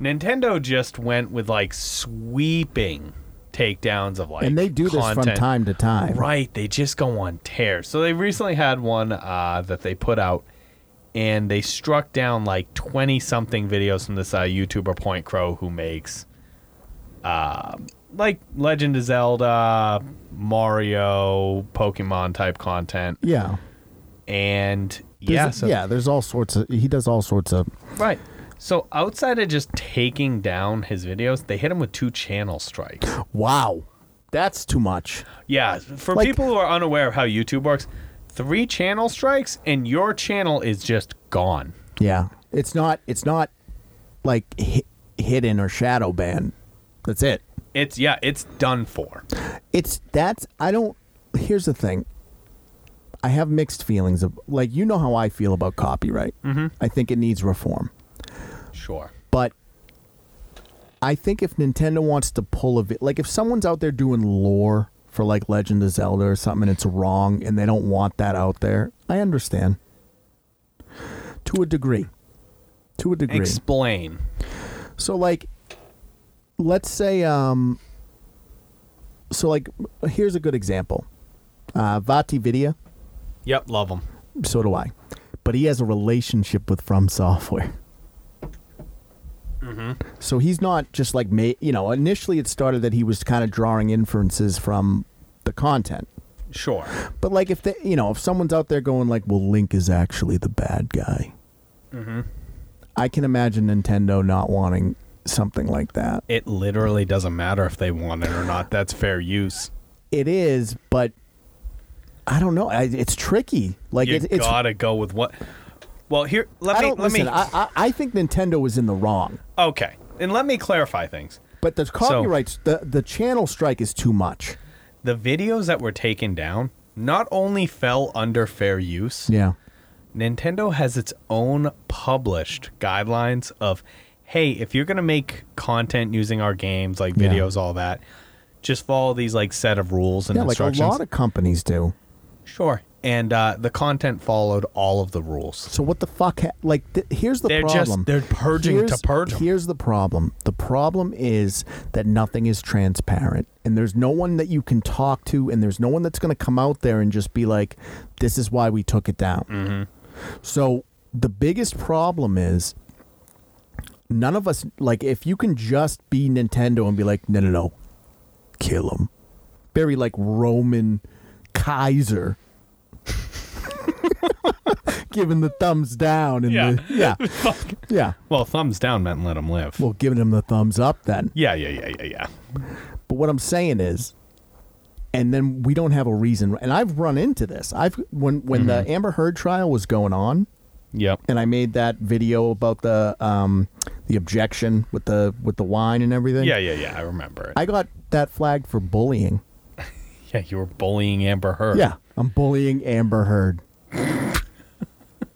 Speaker 1: Nintendo just went with like sweeping takedowns of like
Speaker 2: and they do this from
Speaker 1: content.
Speaker 2: time to time.
Speaker 1: Right, they just go on tear. So they recently had one uh, that they put out, and they struck down like twenty something videos from this uh, YouTuber Point Crow who makes, uh, like Legend of Zelda, Mario, Pokemon type content,
Speaker 2: Yeah.
Speaker 1: and
Speaker 2: There's-
Speaker 1: yeah, so
Speaker 2: yeah, there's all sorts of he does all sorts of
Speaker 1: Right. So outside of just taking down his videos, they hit him with two channel strikes.
Speaker 2: Wow. That's too much.
Speaker 1: Yeah, for
Speaker 2: Like-
Speaker 1: people who are unaware of how YouTube works, three channel strikes and your channel is just gone.
Speaker 2: Yeah. It's not it's not like hi- hidden or shadow banned. That's it.
Speaker 1: It's yeah, it's done for.
Speaker 2: It's that's I don't here's the thing. I have mixed feelings of like you know how I feel about copyright. Mm-hmm. I think it needs reform.
Speaker 1: Sure.
Speaker 2: But I think if Nintendo wants to pull a vi- like if someone's out there doing lore for like Legend of Zelda or something and it's wrong and they don't want that out there, I understand. To a degree. To a degree.
Speaker 1: Explain.
Speaker 2: so like let's say um so like here's a good example. Uh Vati Vidya,
Speaker 1: Yep, love them.
Speaker 2: so do I. But he has a relationship with From Software. So he's not just like ma- you know. Initially, it started that he was kind of drawing inferences from the content.
Speaker 1: Sure.
Speaker 2: But like, if they, you know, if someone's out there going like, "Well, Link is actually the bad guy," I can imagine Nintendo not wanting something like that.
Speaker 1: It literally doesn't matter if they want it or not. That's fair use.
Speaker 2: It is, but I don't know. I, it's tricky. Like,
Speaker 1: You
Speaker 2: it, it's.
Speaker 1: gotta go with what. Well, here let
Speaker 2: I
Speaker 1: me
Speaker 2: don't
Speaker 1: let
Speaker 2: listen.
Speaker 1: me.
Speaker 2: I, I I think Nintendo was in the wrong.
Speaker 1: okay, and let me clarify things.
Speaker 2: But the copyrights, the the channel strike is too much.
Speaker 1: the videos that were taken down not only fell under fair use,
Speaker 2: Yeah.
Speaker 1: Nintendo has its own published guidelines of hey, if you're going to make content using our games, like
Speaker 2: Yeah.
Speaker 1: videos, all that, just follow these like set of rules and
Speaker 2: Yeah, like a
Speaker 1: instructions.
Speaker 2: lot of companies do.
Speaker 1: sure. And uh, the content followed all of the rules.
Speaker 2: So what the fuck? Ha- like, th- here's the
Speaker 1: They're just-
Speaker 2: problem.
Speaker 1: they're purging to
Speaker 2: Here's-
Speaker 1: purge 'em.
Speaker 2: Here's the problem. The problem is that nothing is transparent, and there's no one that you can talk to, and there's no one that's going to come out there and just be like, "This is why we took it down."
Speaker 1: Mm-hmm.
Speaker 2: So the biggest problem is none of us like if you can just be Nintendo and be like, "No, no, no, kill him. Very like Roman Kaiser. giving the thumbs down and
Speaker 1: Yeah.
Speaker 2: the yeah. yeah.
Speaker 1: Well, thumbs down meant let him live.
Speaker 2: Well, giving him the thumbs up then.
Speaker 1: yeah, yeah, yeah, yeah, yeah.
Speaker 2: But what I'm saying is, and then we don't have a reason. And I've run into this. I've when when the Amber Heard trial was going on,
Speaker 1: Yep.
Speaker 2: and I made that video about the um, the objection with the with the wine and everything.
Speaker 1: Yeah, yeah, yeah. I remember it.
Speaker 2: I got that flag for bullying.
Speaker 1: yeah, you were bullying Amber Heard.
Speaker 2: Yeah, I'm bullying Amber Heard.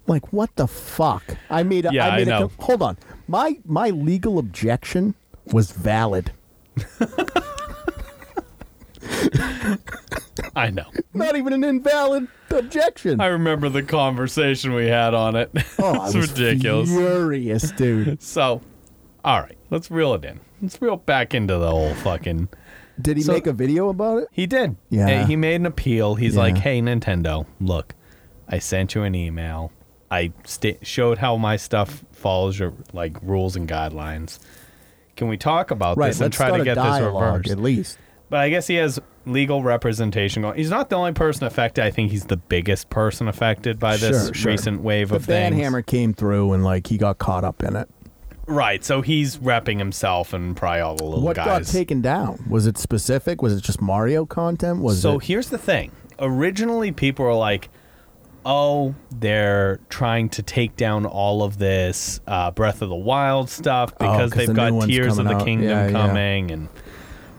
Speaker 2: like what the fuck? I made a,
Speaker 1: Yeah, I
Speaker 2: made a
Speaker 1: know.
Speaker 2: com- hold on. My my legal objection was valid.
Speaker 1: I know.
Speaker 2: Not even an invalid objection.
Speaker 1: I remember the conversation we had on it.
Speaker 2: Oh,
Speaker 1: it's
Speaker 2: I was
Speaker 1: ridiculous.
Speaker 2: furious, dude.
Speaker 1: So, all right, let's reel it in. Let's reel back into the whole fucking.
Speaker 2: Did he
Speaker 1: So-
Speaker 2: make a video about it?
Speaker 1: He did.
Speaker 2: Yeah.
Speaker 1: Hey, He made an appeal. He's like,
Speaker 2: Yeah.
Speaker 1: "Hey, Nintendo, look, I sent you an email. I st- showed how my stuff follows your like rules and guidelines. Can we talk about
Speaker 2: Right.
Speaker 1: this and
Speaker 2: let's
Speaker 1: try
Speaker 2: start
Speaker 1: to
Speaker 2: a
Speaker 1: get this
Speaker 2: dialogue
Speaker 1: reversed?"
Speaker 2: at least.
Speaker 1: But I guess he has legal representation going. He's not the only person affected. I think he's the biggest person affected by this
Speaker 2: Sure, sure.
Speaker 1: recent wave
Speaker 2: But
Speaker 1: of things.
Speaker 2: Banhammer came through and like he got caught up in it.
Speaker 1: Right. So he's repping himself and probably all the little
Speaker 2: What
Speaker 1: guys.
Speaker 2: got taken down? Was it specific? Was it just Mario content? Was
Speaker 1: So
Speaker 2: it
Speaker 1: here's the thing. Originally, people were like, "Oh, they're trying to take down all of this uh, Breath of the Wild stuff because
Speaker 2: Oh, 'cause
Speaker 1: they've
Speaker 2: the new
Speaker 1: got
Speaker 2: one's
Speaker 1: Tears of the
Speaker 2: coming out.
Speaker 1: Kingdom
Speaker 2: Yeah, yeah.
Speaker 1: coming, and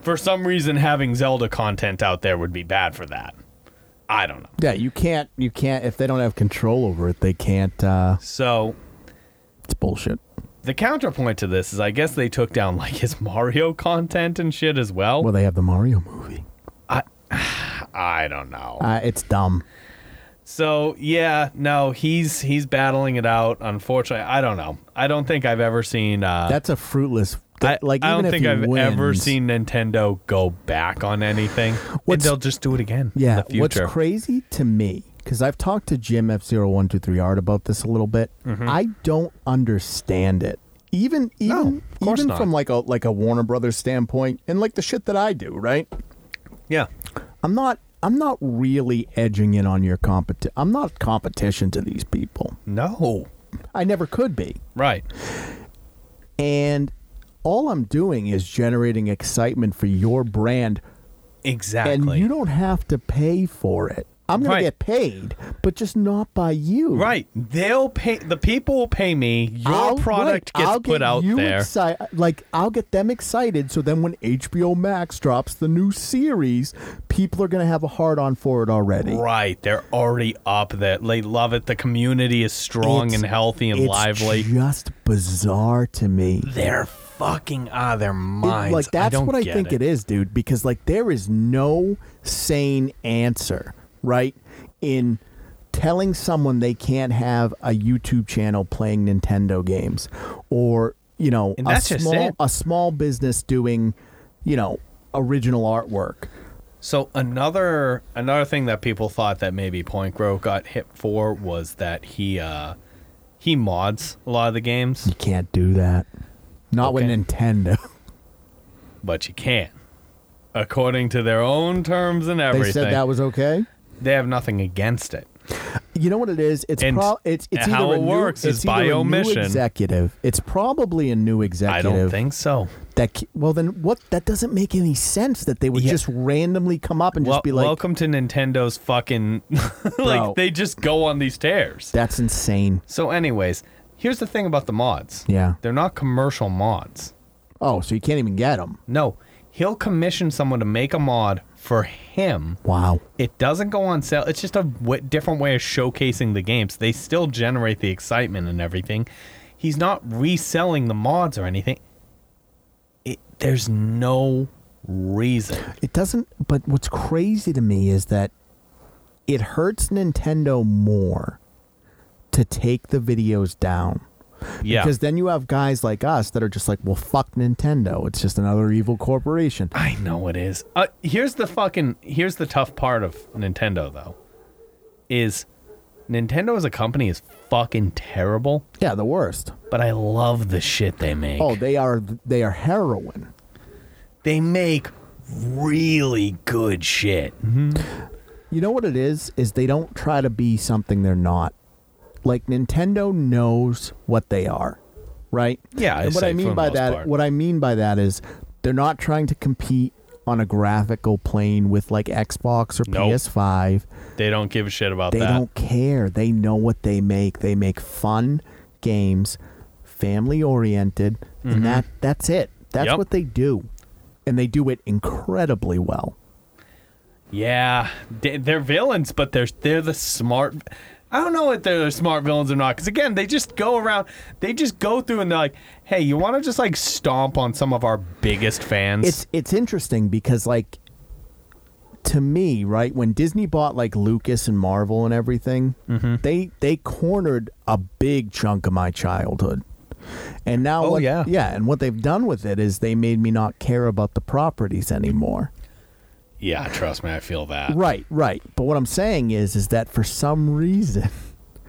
Speaker 1: for some reason, having Zelda content out there would be bad for that. I don't know.
Speaker 2: yeah? You can't. You can't. If they don't have control over it, they can't. uh
Speaker 1: So
Speaker 2: It's bullshit.
Speaker 1: the counterpoint to this is, I guess they took down like his Mario content and shit as well.
Speaker 2: Well, they have the Mario movie.
Speaker 1: I don't know.
Speaker 2: Uh, it's dumb.
Speaker 1: So yeah, no, he's he's battling it out. Unfortunately, I don't know. I don't think I've ever seen. Uh,
Speaker 2: That's a fruitless.
Speaker 1: I,
Speaker 2: that- like
Speaker 1: I
Speaker 2: even
Speaker 1: don't
Speaker 2: if
Speaker 1: think
Speaker 2: he
Speaker 1: I've ever
Speaker 2: wins-
Speaker 1: seen Nintendo go back on anything. and
Speaker 2: What's-
Speaker 1: they'll just do it again.
Speaker 2: Yeah.
Speaker 1: in the
Speaker 2: What's
Speaker 1: future.
Speaker 2: crazy to me, because I've talked to Jim F0123Art about this a little bit. I don't understand it. Even even
Speaker 1: Mm-hmm. of course
Speaker 2: even
Speaker 1: not.
Speaker 2: from like a like a Warner Brothers standpoint and like the shit that I do, right?
Speaker 1: yeah,
Speaker 2: I'm not I'm not really edging in on your competition. I'm not competition to these people.
Speaker 1: no,
Speaker 2: I never could be.
Speaker 1: right,
Speaker 2: And all I'm doing is generating excitement for your brand
Speaker 1: exactly.
Speaker 2: and you don't have to pay for it. I'm going
Speaker 1: Right.
Speaker 2: to get paid, but just not by you.
Speaker 1: right, they'll pay. The people will pay me. Your
Speaker 2: I'll-
Speaker 1: product
Speaker 2: right,
Speaker 1: gets
Speaker 2: I'll
Speaker 1: put
Speaker 2: get
Speaker 1: out
Speaker 2: you
Speaker 1: there.
Speaker 2: exci- like I'll get them excited, so then when HBO Max drops the new series, people are gonna have a hard on for it already.
Speaker 1: Right, they're already up there. They love it. The community is strong
Speaker 2: It's-
Speaker 1: and healthy and
Speaker 2: It's
Speaker 1: lively.
Speaker 2: just bizarre to me.
Speaker 1: they're fucking out of their
Speaker 2: It-
Speaker 1: minds.
Speaker 2: like that's
Speaker 1: don't
Speaker 2: what I
Speaker 1: get
Speaker 2: think
Speaker 1: it.
Speaker 2: it is, dude. Because like there is no sane answer, right? In telling someone they can't have a YouTube channel playing Nintendo games, or you know,
Speaker 1: And
Speaker 2: a
Speaker 1: that's just
Speaker 2: small
Speaker 1: it.
Speaker 2: a small business doing, you know, original artwork.
Speaker 1: So another another thing that people thought that maybe Point Grow got hit for was that he uh he mods a lot of the games,
Speaker 2: You can't do that. Not with
Speaker 1: Okay.
Speaker 2: Nintendo.
Speaker 1: but you can. According to their own terms and
Speaker 2: they
Speaker 1: everything.
Speaker 2: said that was okay.
Speaker 1: They have nothing against it.
Speaker 2: You know what it is? It's
Speaker 1: And-
Speaker 2: pro- it's it's
Speaker 1: and
Speaker 2: either
Speaker 1: how
Speaker 2: a
Speaker 1: it
Speaker 2: new,
Speaker 1: works
Speaker 2: it's
Speaker 1: is by
Speaker 2: either a new
Speaker 1: omission.
Speaker 2: executive. It's probably a new
Speaker 1: I
Speaker 2: executive.
Speaker 1: don't think so.
Speaker 2: That c- well, then what? That doesn't make any sense that they would
Speaker 1: Yeah.
Speaker 2: just randomly come up and
Speaker 1: Wel-
Speaker 2: just be like,
Speaker 1: welcome to Nintendo's fucking
Speaker 2: Bro.
Speaker 1: like they just go on these tears.
Speaker 2: "That's insane."
Speaker 1: so anyways, here's the thing about the mods.
Speaker 2: Yeah.
Speaker 1: They're not commercial mods.
Speaker 2: Oh, so you can't even get them?
Speaker 1: No, he'll commission someone to make a mod for him.
Speaker 2: Wow.
Speaker 1: It doesn't go on sale. It's just a w- different way of showcasing the games. They still generate the excitement and everything. He's not reselling the mods or anything. It, there's no reason.
Speaker 2: It doesn't. But what's crazy to me is that it hurts Nintendo more to take the videos down
Speaker 1: Yeah.
Speaker 2: because then you have guys like us that are just like, "Well, fuck Nintendo. It's just another evil corporation."
Speaker 1: I know it is. Uh, here's the fucking here's the tough part of Nintendo though. Is Nintendo as a company is fucking terrible,
Speaker 2: Yeah, the worst.
Speaker 1: but I love the shit they make.
Speaker 2: Oh, they are they are heroin.
Speaker 1: They make
Speaker 3: really good shit.
Speaker 1: Mm-hmm.
Speaker 2: You know what it is? Is they don't try to be something they're not. Like Nintendo knows what they are, right?
Speaker 1: Yeah, I'd
Speaker 2: And what
Speaker 1: say
Speaker 2: I
Speaker 1: for
Speaker 2: mean
Speaker 1: the
Speaker 2: by
Speaker 1: most
Speaker 2: that,
Speaker 1: part.
Speaker 2: what I mean by that is they're not trying to compete on a graphical plane with like Xbox or
Speaker 1: Nope.
Speaker 2: PS5.
Speaker 1: They don't give a shit about
Speaker 2: They
Speaker 1: that.
Speaker 2: don't care. They know what they make. They make fun games, family oriented, and that that's it. That's
Speaker 1: Mm-hmm. Yep.
Speaker 2: what they do. And they do it incredibly well.
Speaker 1: Yeah, they- they're villains, but they're they're the smart. I don't know if they're the smart villains or not, because again, they just go around, they just go through, and they're like, "Hey, you want to just like stomp on some of our biggest fans?"
Speaker 2: It's it's interesting because like to me, right, when Disney bought like Lucas and Marvel and everything,
Speaker 1: Mm-hmm.
Speaker 2: they they cornered a big chunk of my childhood. And now
Speaker 1: Oh,
Speaker 2: what,
Speaker 1: yeah.
Speaker 2: yeah, and what they've done with it is they made me not care about the properties anymore.
Speaker 1: yeah, trust me, I feel that.
Speaker 2: Right, right. But what I'm saying is is that for some reason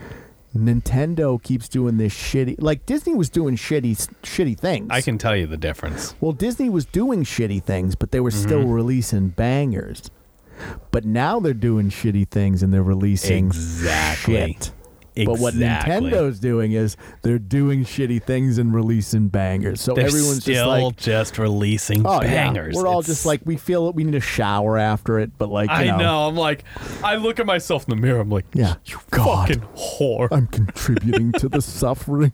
Speaker 2: Nintendo keeps doing this shitty like Disney was doing shitty shitty things.
Speaker 1: I can tell you the difference.
Speaker 2: Well, Disney was doing shitty things, but they
Speaker 1: Mm-hmm.
Speaker 2: were still releasing bangers. But now they're doing shitty things and they're releasing
Speaker 1: Exactly.
Speaker 2: shit. But what
Speaker 1: Exactly.
Speaker 2: Nintendo's doing is they're doing shitty things and releasing bangers. So
Speaker 1: They're
Speaker 2: everyone's just
Speaker 1: still
Speaker 2: like,
Speaker 1: just releasing
Speaker 2: "Oh
Speaker 1: bangers.
Speaker 2: yeah, we're all
Speaker 1: It's-
Speaker 2: just like we feel it. We need a shower after it." But like, you
Speaker 1: I know. I'm like, I look at myself in the mirror. I'm like,
Speaker 2: Yeah.
Speaker 1: you
Speaker 2: God.
Speaker 1: fucking whore.
Speaker 2: I'm contributing to the suffering.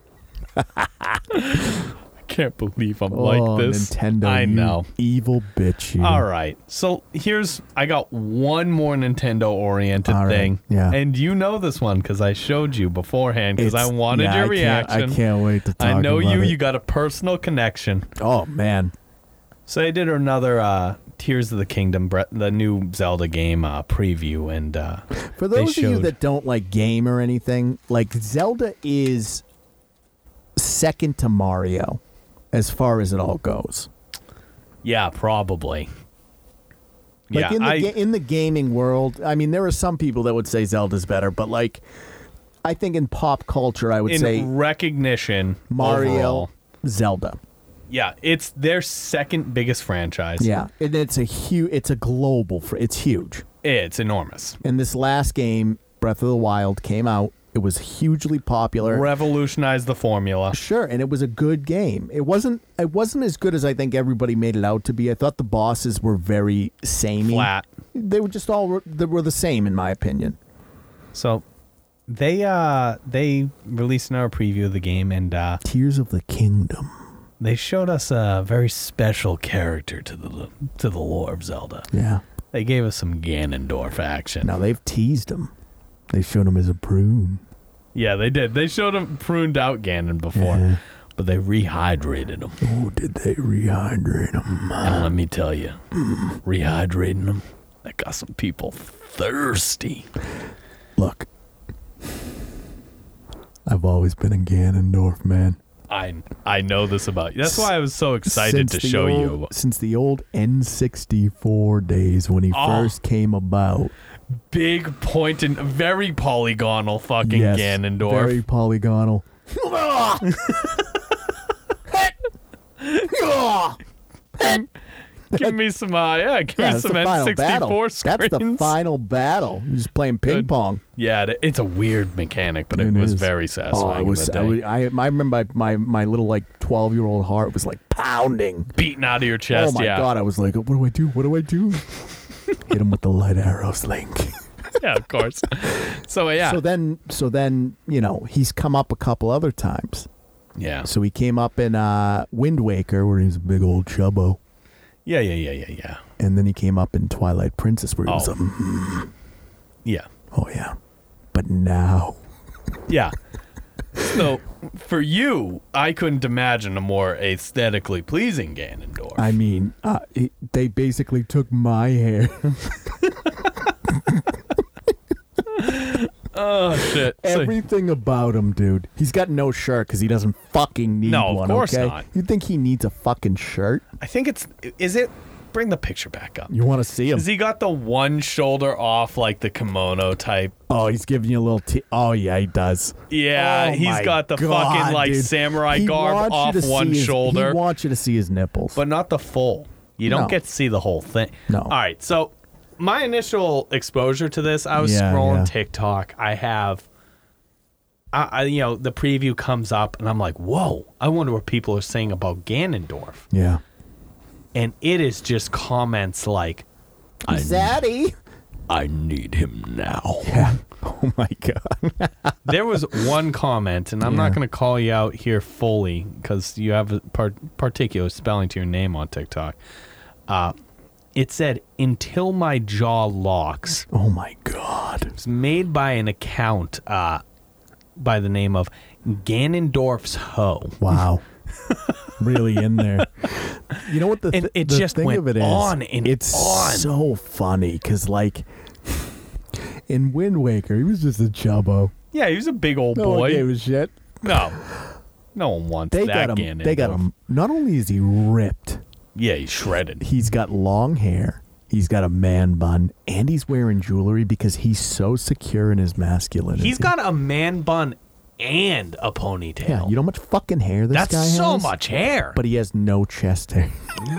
Speaker 1: I can't believe I'm
Speaker 2: oh,
Speaker 1: like this.
Speaker 2: Nintendo,
Speaker 1: I
Speaker 2: you
Speaker 1: know.
Speaker 2: evil bitch. You.
Speaker 1: All right. So here's I got one more Nintendo oriented
Speaker 2: All right,
Speaker 1: thing.
Speaker 2: yeah.
Speaker 1: And you know this one because I showed you beforehand because I
Speaker 2: It's-
Speaker 1: wanted
Speaker 2: yeah,
Speaker 1: your
Speaker 2: I can't-
Speaker 1: reaction.
Speaker 2: I can't wait to talk.
Speaker 1: I know
Speaker 2: about
Speaker 1: you.
Speaker 2: it.
Speaker 1: You got a personal connection.
Speaker 2: Oh man,
Speaker 1: So I did another uh, Tears of the Kingdom, bre- the new Zelda game uh, preview, and uh,
Speaker 2: For
Speaker 1: They
Speaker 2: those of you
Speaker 1: showed-
Speaker 2: that don't like game or anything, like Zelda is second to Mario as far as it all goes.
Speaker 1: yeah, probably.
Speaker 2: Like
Speaker 1: yeah,
Speaker 2: in the
Speaker 1: I,
Speaker 2: ga- in the gaming world, I mean there are some people that would say Zelda's better, but like I think in pop culture I would
Speaker 1: in
Speaker 2: say
Speaker 1: recognition,
Speaker 2: Mario,
Speaker 1: overall,
Speaker 2: Zelda.
Speaker 1: yeah, it's their second biggest franchise.
Speaker 2: Yeah, and it's a huge it's a global fr- it's huge.
Speaker 1: it's enormous,
Speaker 2: And this last game Breath of the Wild came out, it was hugely popular.
Speaker 1: revolutionized the formula.
Speaker 2: Sure, and it was a good game. It wasn't. It wasn't as good as I think everybody made it out to be. I thought the bosses were very samey.
Speaker 1: Flat.
Speaker 2: They were just all they were the same in my opinion.
Speaker 1: So they uh they released another preview of the game and uh
Speaker 2: Tears of the Kingdom.
Speaker 1: they showed us a very special character to the to the lore of Zelda.
Speaker 2: Yeah.
Speaker 1: They gave us some Ganondorf action.
Speaker 2: Now they've teased him. They showed him as a prune.
Speaker 1: Yeah, they did. They showed him pruned out Ganon before,
Speaker 2: Yeah.
Speaker 1: but they rehydrated him.
Speaker 2: Oh, did they rehydrate him?
Speaker 1: And let me tell you, rehydrating him that got some people thirsty.
Speaker 2: Look, I've always been a Ganondorf man.
Speaker 1: I I know this about you. That's why I was so excited
Speaker 2: Since
Speaker 1: to
Speaker 2: the
Speaker 1: show
Speaker 2: old-
Speaker 1: you.
Speaker 2: since the old N64 days when he
Speaker 1: Oh.
Speaker 2: first came about.
Speaker 1: Big point and very polygonal fucking
Speaker 2: yes,
Speaker 1: Ganondorf.
Speaker 2: Very polygonal.
Speaker 1: give me some, uh, yeah, give me
Speaker 2: that's
Speaker 1: some
Speaker 2: the final battle.
Speaker 1: N64 screens.
Speaker 2: That's the final battle. You're just playing ping
Speaker 1: Good.
Speaker 2: pong.
Speaker 1: yeah, it- it's a weird mechanic, but it,
Speaker 2: It
Speaker 1: was
Speaker 2: is.
Speaker 1: very
Speaker 2: Oh,
Speaker 1: satisfying.
Speaker 2: I
Speaker 1: in
Speaker 2: was, e-
Speaker 1: the
Speaker 2: I,
Speaker 1: day.
Speaker 2: was I, I remember my, my, my little like 12 year old heart was like pounding.
Speaker 1: beaten out of your chest.
Speaker 2: oh my
Speaker 1: yeah,
Speaker 2: god, I was like, what do I do? What do I do? Hit him with the light arrows, Link.
Speaker 1: yeah, of course. so yeah,
Speaker 2: So then, so then, you know, he's come up a couple other times.
Speaker 1: yeah,
Speaker 2: So he came up in uh, Wind Waker, where he was a big old chubbo,
Speaker 1: yeah, yeah, yeah, yeah, yeah,
Speaker 2: and then he came up in Twilight Princess, where he was
Speaker 1: Oh.
Speaker 2: a
Speaker 1: yeah,
Speaker 2: Oh yeah. But now
Speaker 1: yeah. so for you, I couldn't imagine a more aesthetically pleasing Ganondorf.
Speaker 2: I mean, uh, it, they basically took my hair
Speaker 1: oh shit! So-
Speaker 2: everything about him, dude. He's got no shirt cuz he doesn't fucking need
Speaker 1: No, of
Speaker 2: one,
Speaker 1: course
Speaker 2: okay?
Speaker 1: not.
Speaker 2: You think he needs a fucking shirt?
Speaker 1: I think it's is it. Bring the picture back up.
Speaker 2: You want to see him?
Speaker 1: Has he got the one shoulder off, like the kimono type?
Speaker 2: oh, he's giving you a little t- Oh yeah, he does.
Speaker 1: Yeah,
Speaker 2: Oh,
Speaker 1: he's
Speaker 2: my
Speaker 1: got the
Speaker 2: God,
Speaker 1: fucking like
Speaker 2: dude.
Speaker 1: samurai
Speaker 2: He
Speaker 1: garb
Speaker 2: wants you
Speaker 1: off
Speaker 2: to see
Speaker 1: one
Speaker 2: his-
Speaker 1: shoulder,
Speaker 2: He wants you to see his nipples.
Speaker 1: but not the full. You don't
Speaker 2: No.
Speaker 1: get to see the whole thing.
Speaker 2: No.
Speaker 1: All right. So my initial exposure to this, I was
Speaker 2: Yeah,
Speaker 1: scrolling
Speaker 2: yeah.
Speaker 1: TikTok. I have, I, I you know, the preview comes up, and I'm like, whoa! I wonder what people are saying about Ganondorf,
Speaker 2: Yeah.
Speaker 1: and it is just comments like,
Speaker 2: Zaddy.
Speaker 1: "I need him now."
Speaker 2: Yeah. Oh my god.
Speaker 1: there was one comment, and I'm
Speaker 2: Yeah.
Speaker 1: not going to call you out here fully because you have a par- particular spelling to your name on TikTok. Uh, it said, "Until my jaw locks."
Speaker 2: Oh my god.
Speaker 1: It's made by an account uh, by the name of Ganondorf's Hoe.
Speaker 2: Wow. really in there. You know what the,
Speaker 1: And
Speaker 2: th-
Speaker 1: it
Speaker 2: the
Speaker 1: just
Speaker 2: thing
Speaker 1: went
Speaker 2: of it is?
Speaker 1: on and
Speaker 2: it's
Speaker 1: on.
Speaker 2: so funny because like in Wind Waker he was just a chubbo.
Speaker 1: Yeah, he was a big old
Speaker 2: No one
Speaker 1: boy.
Speaker 2: gave a shit.
Speaker 1: no, no one wants
Speaker 2: They
Speaker 1: that
Speaker 2: got him.
Speaker 1: Ganondorf.
Speaker 2: They got him. Not only is he ripped,
Speaker 1: Yeah, he's shredded.
Speaker 2: he's got long hair. He's got a man bun, and he's wearing jewelry because he's so secure in his masculinity.
Speaker 1: He's got a man bun and a ponytail.
Speaker 2: yeah. You know how much fucking hair this
Speaker 1: That's
Speaker 2: guy has.
Speaker 1: so much hair.
Speaker 2: but he has no chest hair.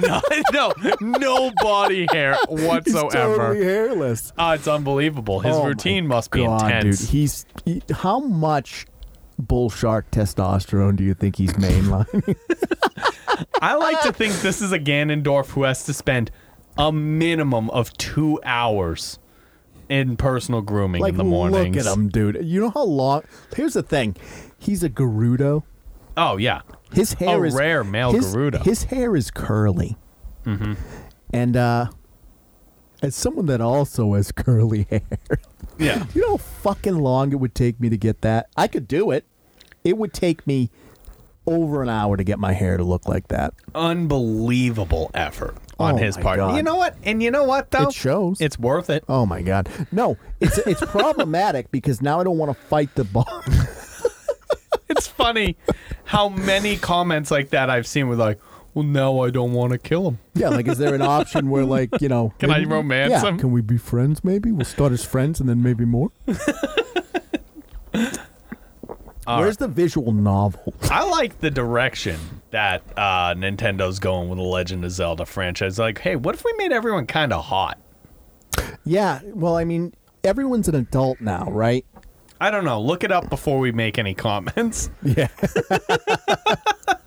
Speaker 1: no, no, no body hair whatsoever.
Speaker 2: hairless.
Speaker 1: Ah, it's unbelievable. His
Speaker 2: Oh my
Speaker 1: routine must be
Speaker 2: God,
Speaker 1: intense.
Speaker 2: dude, he's he- how much bull shark testosterone do you think he's mainlining?
Speaker 1: I like to think this is a Ganondorf who has to spend a minimum of two hours in personal grooming
Speaker 2: like,
Speaker 1: in the mornings.
Speaker 2: look at him, dude. You know how long? Here's the thing. He's a Gerudo.
Speaker 1: Oh yeah,
Speaker 2: His hair is
Speaker 1: rare male
Speaker 2: his,
Speaker 1: Gerudo.
Speaker 2: His hair is curly. Mm-hmm. And uh, as someone that also has curly hair,
Speaker 1: yeah.
Speaker 2: you know how fucking long it would take me to get that? I could do it. It would take me over an hour to get my hair to look like that.
Speaker 1: Unbelievable effort on
Speaker 2: Oh
Speaker 1: his
Speaker 2: my
Speaker 1: part.
Speaker 2: God.
Speaker 1: You know what? And you know what though?
Speaker 2: It shows.
Speaker 1: It's worth it.
Speaker 2: Oh my god. No, it's it's problematic because now I don't want to fight the bar.
Speaker 1: It's funny how many comments like that I've seen with like, well, no, I don't want to kill him.
Speaker 2: yeah, like is there an option where like, you know,
Speaker 1: Can I romance
Speaker 2: yeah,
Speaker 1: him?
Speaker 2: Can we be friends maybe? We'll start as friends and then maybe more.
Speaker 1: All
Speaker 2: Where's the visual novel?
Speaker 1: I like the direction that uh, Nintendo's going with the Legend of Zelda franchise. Like, hey, what if we made everyone kind of hot?
Speaker 2: Yeah, well, I mean, everyone's an adult now, right?
Speaker 1: I don't know. Look it up before we make any comments.
Speaker 2: Yeah.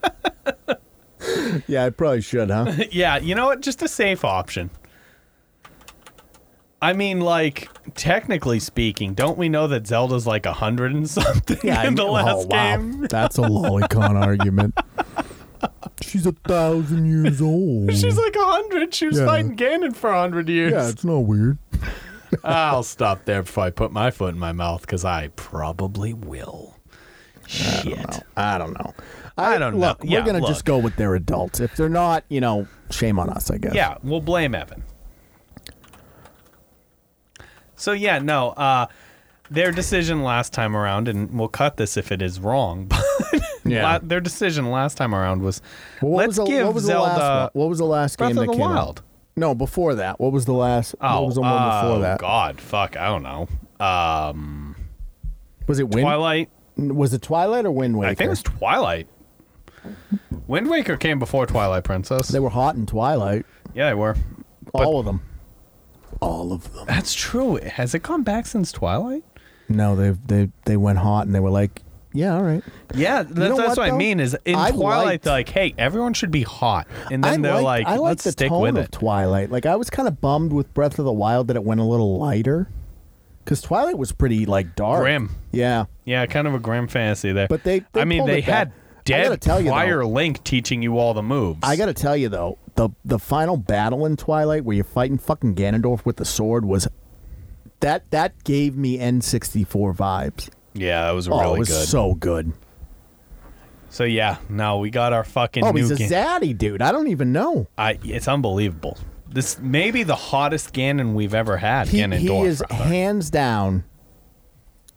Speaker 2: yeah, I probably should, huh?
Speaker 1: yeah, you know what? Just a safe option. I mean, like, technically speaking, don't we know that Zelda's like a hundred and something
Speaker 2: Yeah, I
Speaker 1: in the
Speaker 2: kn-
Speaker 1: last
Speaker 2: oh, wow.
Speaker 1: game?
Speaker 2: That's a lolicon argument. She's a thousand years old.
Speaker 1: She's like a hundred. She was
Speaker 2: Yeah.
Speaker 1: fighting Ganon for a hundred years.
Speaker 2: yeah, it's not weird.
Speaker 1: I'll stop there before I put my foot in my mouth because I probably will. Shit.
Speaker 2: Oh, I don't know.
Speaker 1: I don't know.
Speaker 2: look,
Speaker 1: Yeah,
Speaker 2: we're gonna
Speaker 1: look.
Speaker 2: just go with their adults. If they're not, you know, shame on us, I guess.
Speaker 1: Yeah, we'll blame Evan. So yeah, no, uh their decision last time around, and we'll cut this if it is wrong, but
Speaker 2: Yeah.
Speaker 1: la- their decision last time around was
Speaker 2: Well, what
Speaker 1: let's
Speaker 2: was the,
Speaker 1: give
Speaker 2: what was
Speaker 1: Zelda
Speaker 2: the last one? What was the last
Speaker 1: Breath
Speaker 2: game
Speaker 1: of
Speaker 2: that
Speaker 1: the
Speaker 2: came out?
Speaker 1: Wild.
Speaker 2: No, before that. What was the last?
Speaker 1: Oh,
Speaker 2: what was the one
Speaker 1: oh,
Speaker 2: before that?
Speaker 1: God, fuck, I don't know. Um,
Speaker 2: Was it Wind?
Speaker 1: Twilight.
Speaker 2: Was it Twilight or Wind Waker?
Speaker 1: I think it was Twilight. Wind Waker came before Twilight Princess.
Speaker 2: they were hot in Twilight.
Speaker 1: yeah, they were.
Speaker 2: all of them. All of them.
Speaker 1: That's true. Has it gone back since Twilight?
Speaker 2: No, they they they went hot and they were like, yeah, all right.
Speaker 1: Yeah, that's,
Speaker 2: know
Speaker 1: that's what,
Speaker 2: what,
Speaker 1: I
Speaker 2: though?
Speaker 1: mean. Is in
Speaker 2: I
Speaker 1: Twilight,
Speaker 2: liked-
Speaker 1: they're like, hey, everyone should be hot, and then
Speaker 2: I
Speaker 1: they're
Speaker 2: liked-
Speaker 1: like,
Speaker 2: I like
Speaker 1: let's
Speaker 2: the
Speaker 1: stick
Speaker 2: tone
Speaker 1: with
Speaker 2: of
Speaker 1: it.
Speaker 2: Twilight. Like I was kind of bummed with Breath of the Wild that it went a little lighter, because Twilight was pretty like dark,
Speaker 1: Grim.
Speaker 2: Yeah,
Speaker 1: yeah, kind of a grim fantasy there.
Speaker 2: But they- they
Speaker 1: I mean,
Speaker 2: pulled
Speaker 1: they
Speaker 2: it
Speaker 1: had
Speaker 2: back. I gotta
Speaker 1: dead
Speaker 2: tell you,
Speaker 1: Prior
Speaker 2: though-
Speaker 1: Link teaching you all the moves.
Speaker 2: I got to tell you though, the the final battle in Twilight where you're fighting fucking Ganondorf with the sword was that that gave me N64 vibes.
Speaker 1: yeah, that was
Speaker 2: Oh,
Speaker 1: really
Speaker 2: it was
Speaker 1: good. So...
Speaker 2: so good.
Speaker 1: yeah, no, we got our fucking
Speaker 2: Oh,
Speaker 1: new
Speaker 2: he's a
Speaker 1: game.
Speaker 2: zaddy dude. I don't even know.
Speaker 1: I, it's unbelievable. This may be the hottest Ganon we've ever had.
Speaker 2: He,
Speaker 1: Ganondorf.
Speaker 2: he is
Speaker 1: rather.
Speaker 2: hands down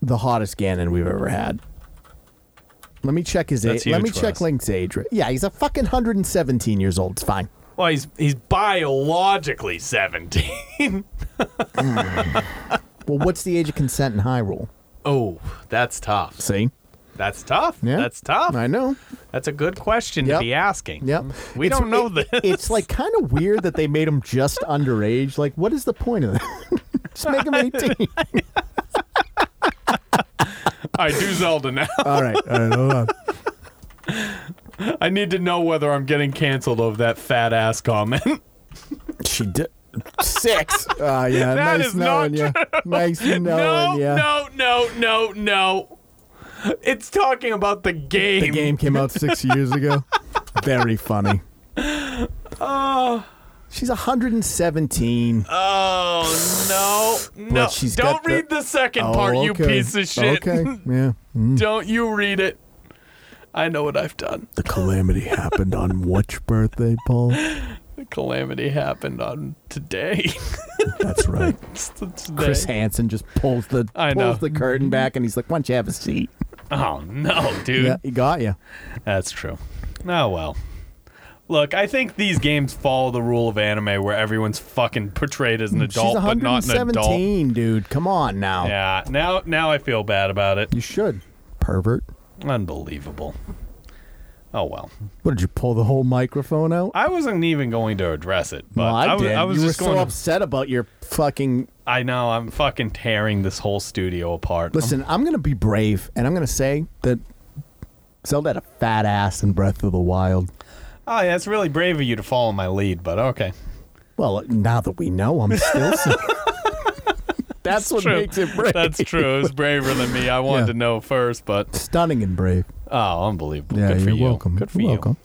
Speaker 2: the hottest Ganon we've ever had. Let me check his
Speaker 1: That's
Speaker 2: age. Let
Speaker 1: huge
Speaker 2: me
Speaker 1: for
Speaker 2: check
Speaker 1: us.
Speaker 2: Link's age. Yeah, he's a fucking 117 years old. It's fine.
Speaker 1: Well, he's he's biologically seventeen.
Speaker 2: Well, what's the age of consent in Hyrule?
Speaker 1: oh, that's tough.
Speaker 2: See?
Speaker 1: That's tough.
Speaker 2: Yeah.
Speaker 1: That's tough.
Speaker 2: I know.
Speaker 1: That's a good question
Speaker 2: Yep.
Speaker 1: to be asking.
Speaker 2: Yep.
Speaker 1: Mm-hmm. We don't know
Speaker 2: it-
Speaker 1: this.
Speaker 2: It's like kind of weird that they made him just underage. Like, what is the point of that? just make him 18.
Speaker 1: All right, do Zelda now.
Speaker 2: all right. All right. Hold on.
Speaker 1: I need to know whether I'm getting canceled over that fat ass comment.
Speaker 2: She did. Six. Ah, yeah.
Speaker 1: That
Speaker 2: nice
Speaker 1: is
Speaker 2: knowing
Speaker 1: not
Speaker 2: you. Nice knowing
Speaker 1: no,
Speaker 2: you.
Speaker 1: no, no, no, no. It's talking about the game.
Speaker 2: The game came out six years ago. Very funny.
Speaker 1: Oh,
Speaker 2: She's 117.
Speaker 1: oh no, no.
Speaker 2: But she's
Speaker 1: Don't
Speaker 2: got the-
Speaker 1: read the, second
Speaker 2: Oh,
Speaker 1: part, you
Speaker 2: okay.
Speaker 1: piece of shit.
Speaker 2: Okay. Yeah. Mm.
Speaker 1: Don't you read it. I know what I've done.
Speaker 2: The calamity happened on which birthday, Paul?
Speaker 1: The calamity happened on today.
Speaker 2: That's right.
Speaker 1: It's the today.
Speaker 2: Chris Hansen just pulls the
Speaker 1: I
Speaker 2: pulls
Speaker 1: know.
Speaker 2: the curtain back and he's like, "Why don't you have a seat?"
Speaker 1: Oh no, dude.
Speaker 2: Yeah, he got you.
Speaker 1: That's true. Oh well. Look, I think these games follow the rule of anime where everyone's fucking portrayed as an adult
Speaker 2: Mm, She's
Speaker 1: but not an adult.
Speaker 2: 117, dude. Come on now.
Speaker 1: Yeah, now now I feel bad about it.
Speaker 2: You should. Pervert.
Speaker 1: Unbelievable. Oh well.
Speaker 2: What did you pull the whole microphone out?
Speaker 1: I wasn't even going to address it, but
Speaker 2: Well, I,
Speaker 1: was,
Speaker 2: did.
Speaker 1: I was
Speaker 2: you were
Speaker 1: just
Speaker 2: so
Speaker 1: going to-
Speaker 2: upset about your fucking.
Speaker 1: I know I'm fucking tearing this whole studio apart.
Speaker 2: Listen, I'm gonna be brave and I'm gonna say that Zelda had a fat ass in Breath of the Wild.
Speaker 1: oh yeah, it's really brave of you to follow my lead, but okay.
Speaker 2: Well, now that we know, I'm still. saying- That's what
Speaker 1: True.
Speaker 2: makes it brave.
Speaker 1: That's true. It was braver than me. I wanted
Speaker 2: Yeah.
Speaker 1: to know first, but
Speaker 2: Stunning and brave.
Speaker 1: oh, unbelievable.
Speaker 2: Yeah,
Speaker 1: Good for
Speaker 2: you're
Speaker 1: you.
Speaker 2: welcome.
Speaker 1: Good for
Speaker 2: you're
Speaker 1: you.
Speaker 2: welcome.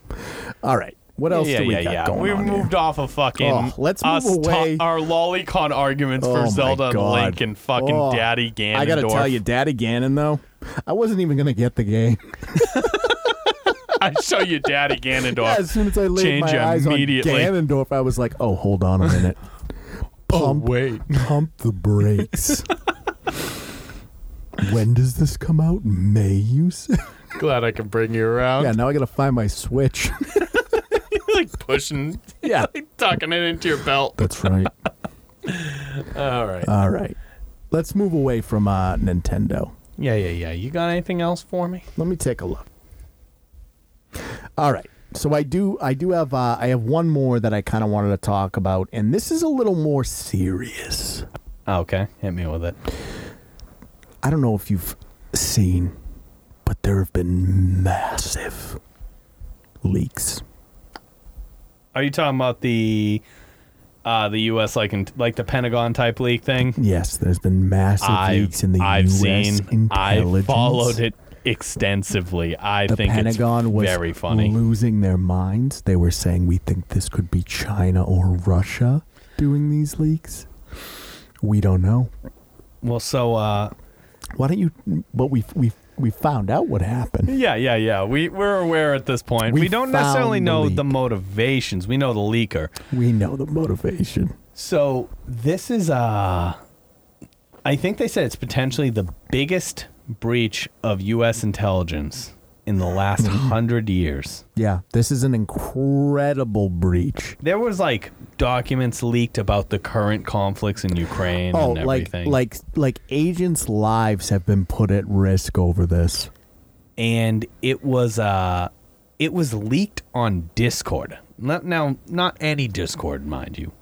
Speaker 2: All right. What else
Speaker 1: yeah,
Speaker 2: do we
Speaker 1: yeah,
Speaker 2: got
Speaker 1: yeah.
Speaker 2: going
Speaker 1: we
Speaker 2: on here?
Speaker 1: moved off of fucking
Speaker 2: Oh, let's move
Speaker 1: us ta-
Speaker 2: away.
Speaker 1: our lolicon arguments
Speaker 2: Oh,
Speaker 1: for
Speaker 2: my
Speaker 1: Zelda and
Speaker 2: God.
Speaker 1: Link and fucking
Speaker 2: Oh,
Speaker 1: Daddy Ganondorf.
Speaker 2: I gotta tell you, Daddy Ganon though, I wasn't even gonna get the game.
Speaker 1: I show you Daddy Ganondorf.
Speaker 2: Yeah, as soon as I laid
Speaker 1: Change
Speaker 2: my eyes on
Speaker 1: immediately.
Speaker 2: Ganondorf, I was like, "Oh, hold on a minute, pump,
Speaker 1: Oh, wait.
Speaker 2: pump the brakes." when does this come out? May you say?
Speaker 1: Glad I could bring you around.
Speaker 2: yeah, now I gotta find my Switch.
Speaker 1: like pushing,
Speaker 2: yeah,
Speaker 1: like tucking it into your belt.
Speaker 2: that's right.
Speaker 1: All right.
Speaker 2: All right, let's move away from uh, Nintendo.
Speaker 1: yeah, yeah, yeah. You got anything else for me?
Speaker 2: Let me take a look. All right. So I do I do have uh, I have one more that I kind of wanted to talk about and this is a little more serious.
Speaker 1: Oh, Okay, hit me with it.
Speaker 2: I don't know if you've seen but there have been massive leaks.
Speaker 1: Are you talking about the uh the US like in, like the Pentagon type leak thing?
Speaker 2: Yes, there's been massive leaks in the
Speaker 1: I've
Speaker 2: US
Speaker 1: seen, I
Speaker 2: intelligence.
Speaker 1: followed it extensively. I
Speaker 2: The
Speaker 1: think
Speaker 2: Pentagon
Speaker 1: it's
Speaker 2: was
Speaker 1: very funny.
Speaker 2: losing their minds. They were saying we think this could be China or Russia doing these leaks. We don't know.
Speaker 1: well, so uh,
Speaker 2: Why don't you? But we we we found out what happened.
Speaker 1: yeah, yeah, yeah. We we're aware at this point.
Speaker 2: We
Speaker 1: We, don't necessarily
Speaker 2: found the
Speaker 1: know
Speaker 2: leak.
Speaker 1: the motivations. We know the leaker.
Speaker 2: We know the motivation.
Speaker 1: So this is uh I think they said it's potentially the biggest breach of US intelligence in the last
Speaker 2: Hmm.
Speaker 1: 100 years.
Speaker 2: Yeah, this is an incredible breach.
Speaker 1: There was like documents leaked about the current conflicts in Ukraine
Speaker 2: Oh,
Speaker 1: and
Speaker 2: like
Speaker 1: everything.
Speaker 2: like like agents' lives have been put at risk over this.
Speaker 1: and it was uh it was leaked on Discord. Not now not any Discord, mind you.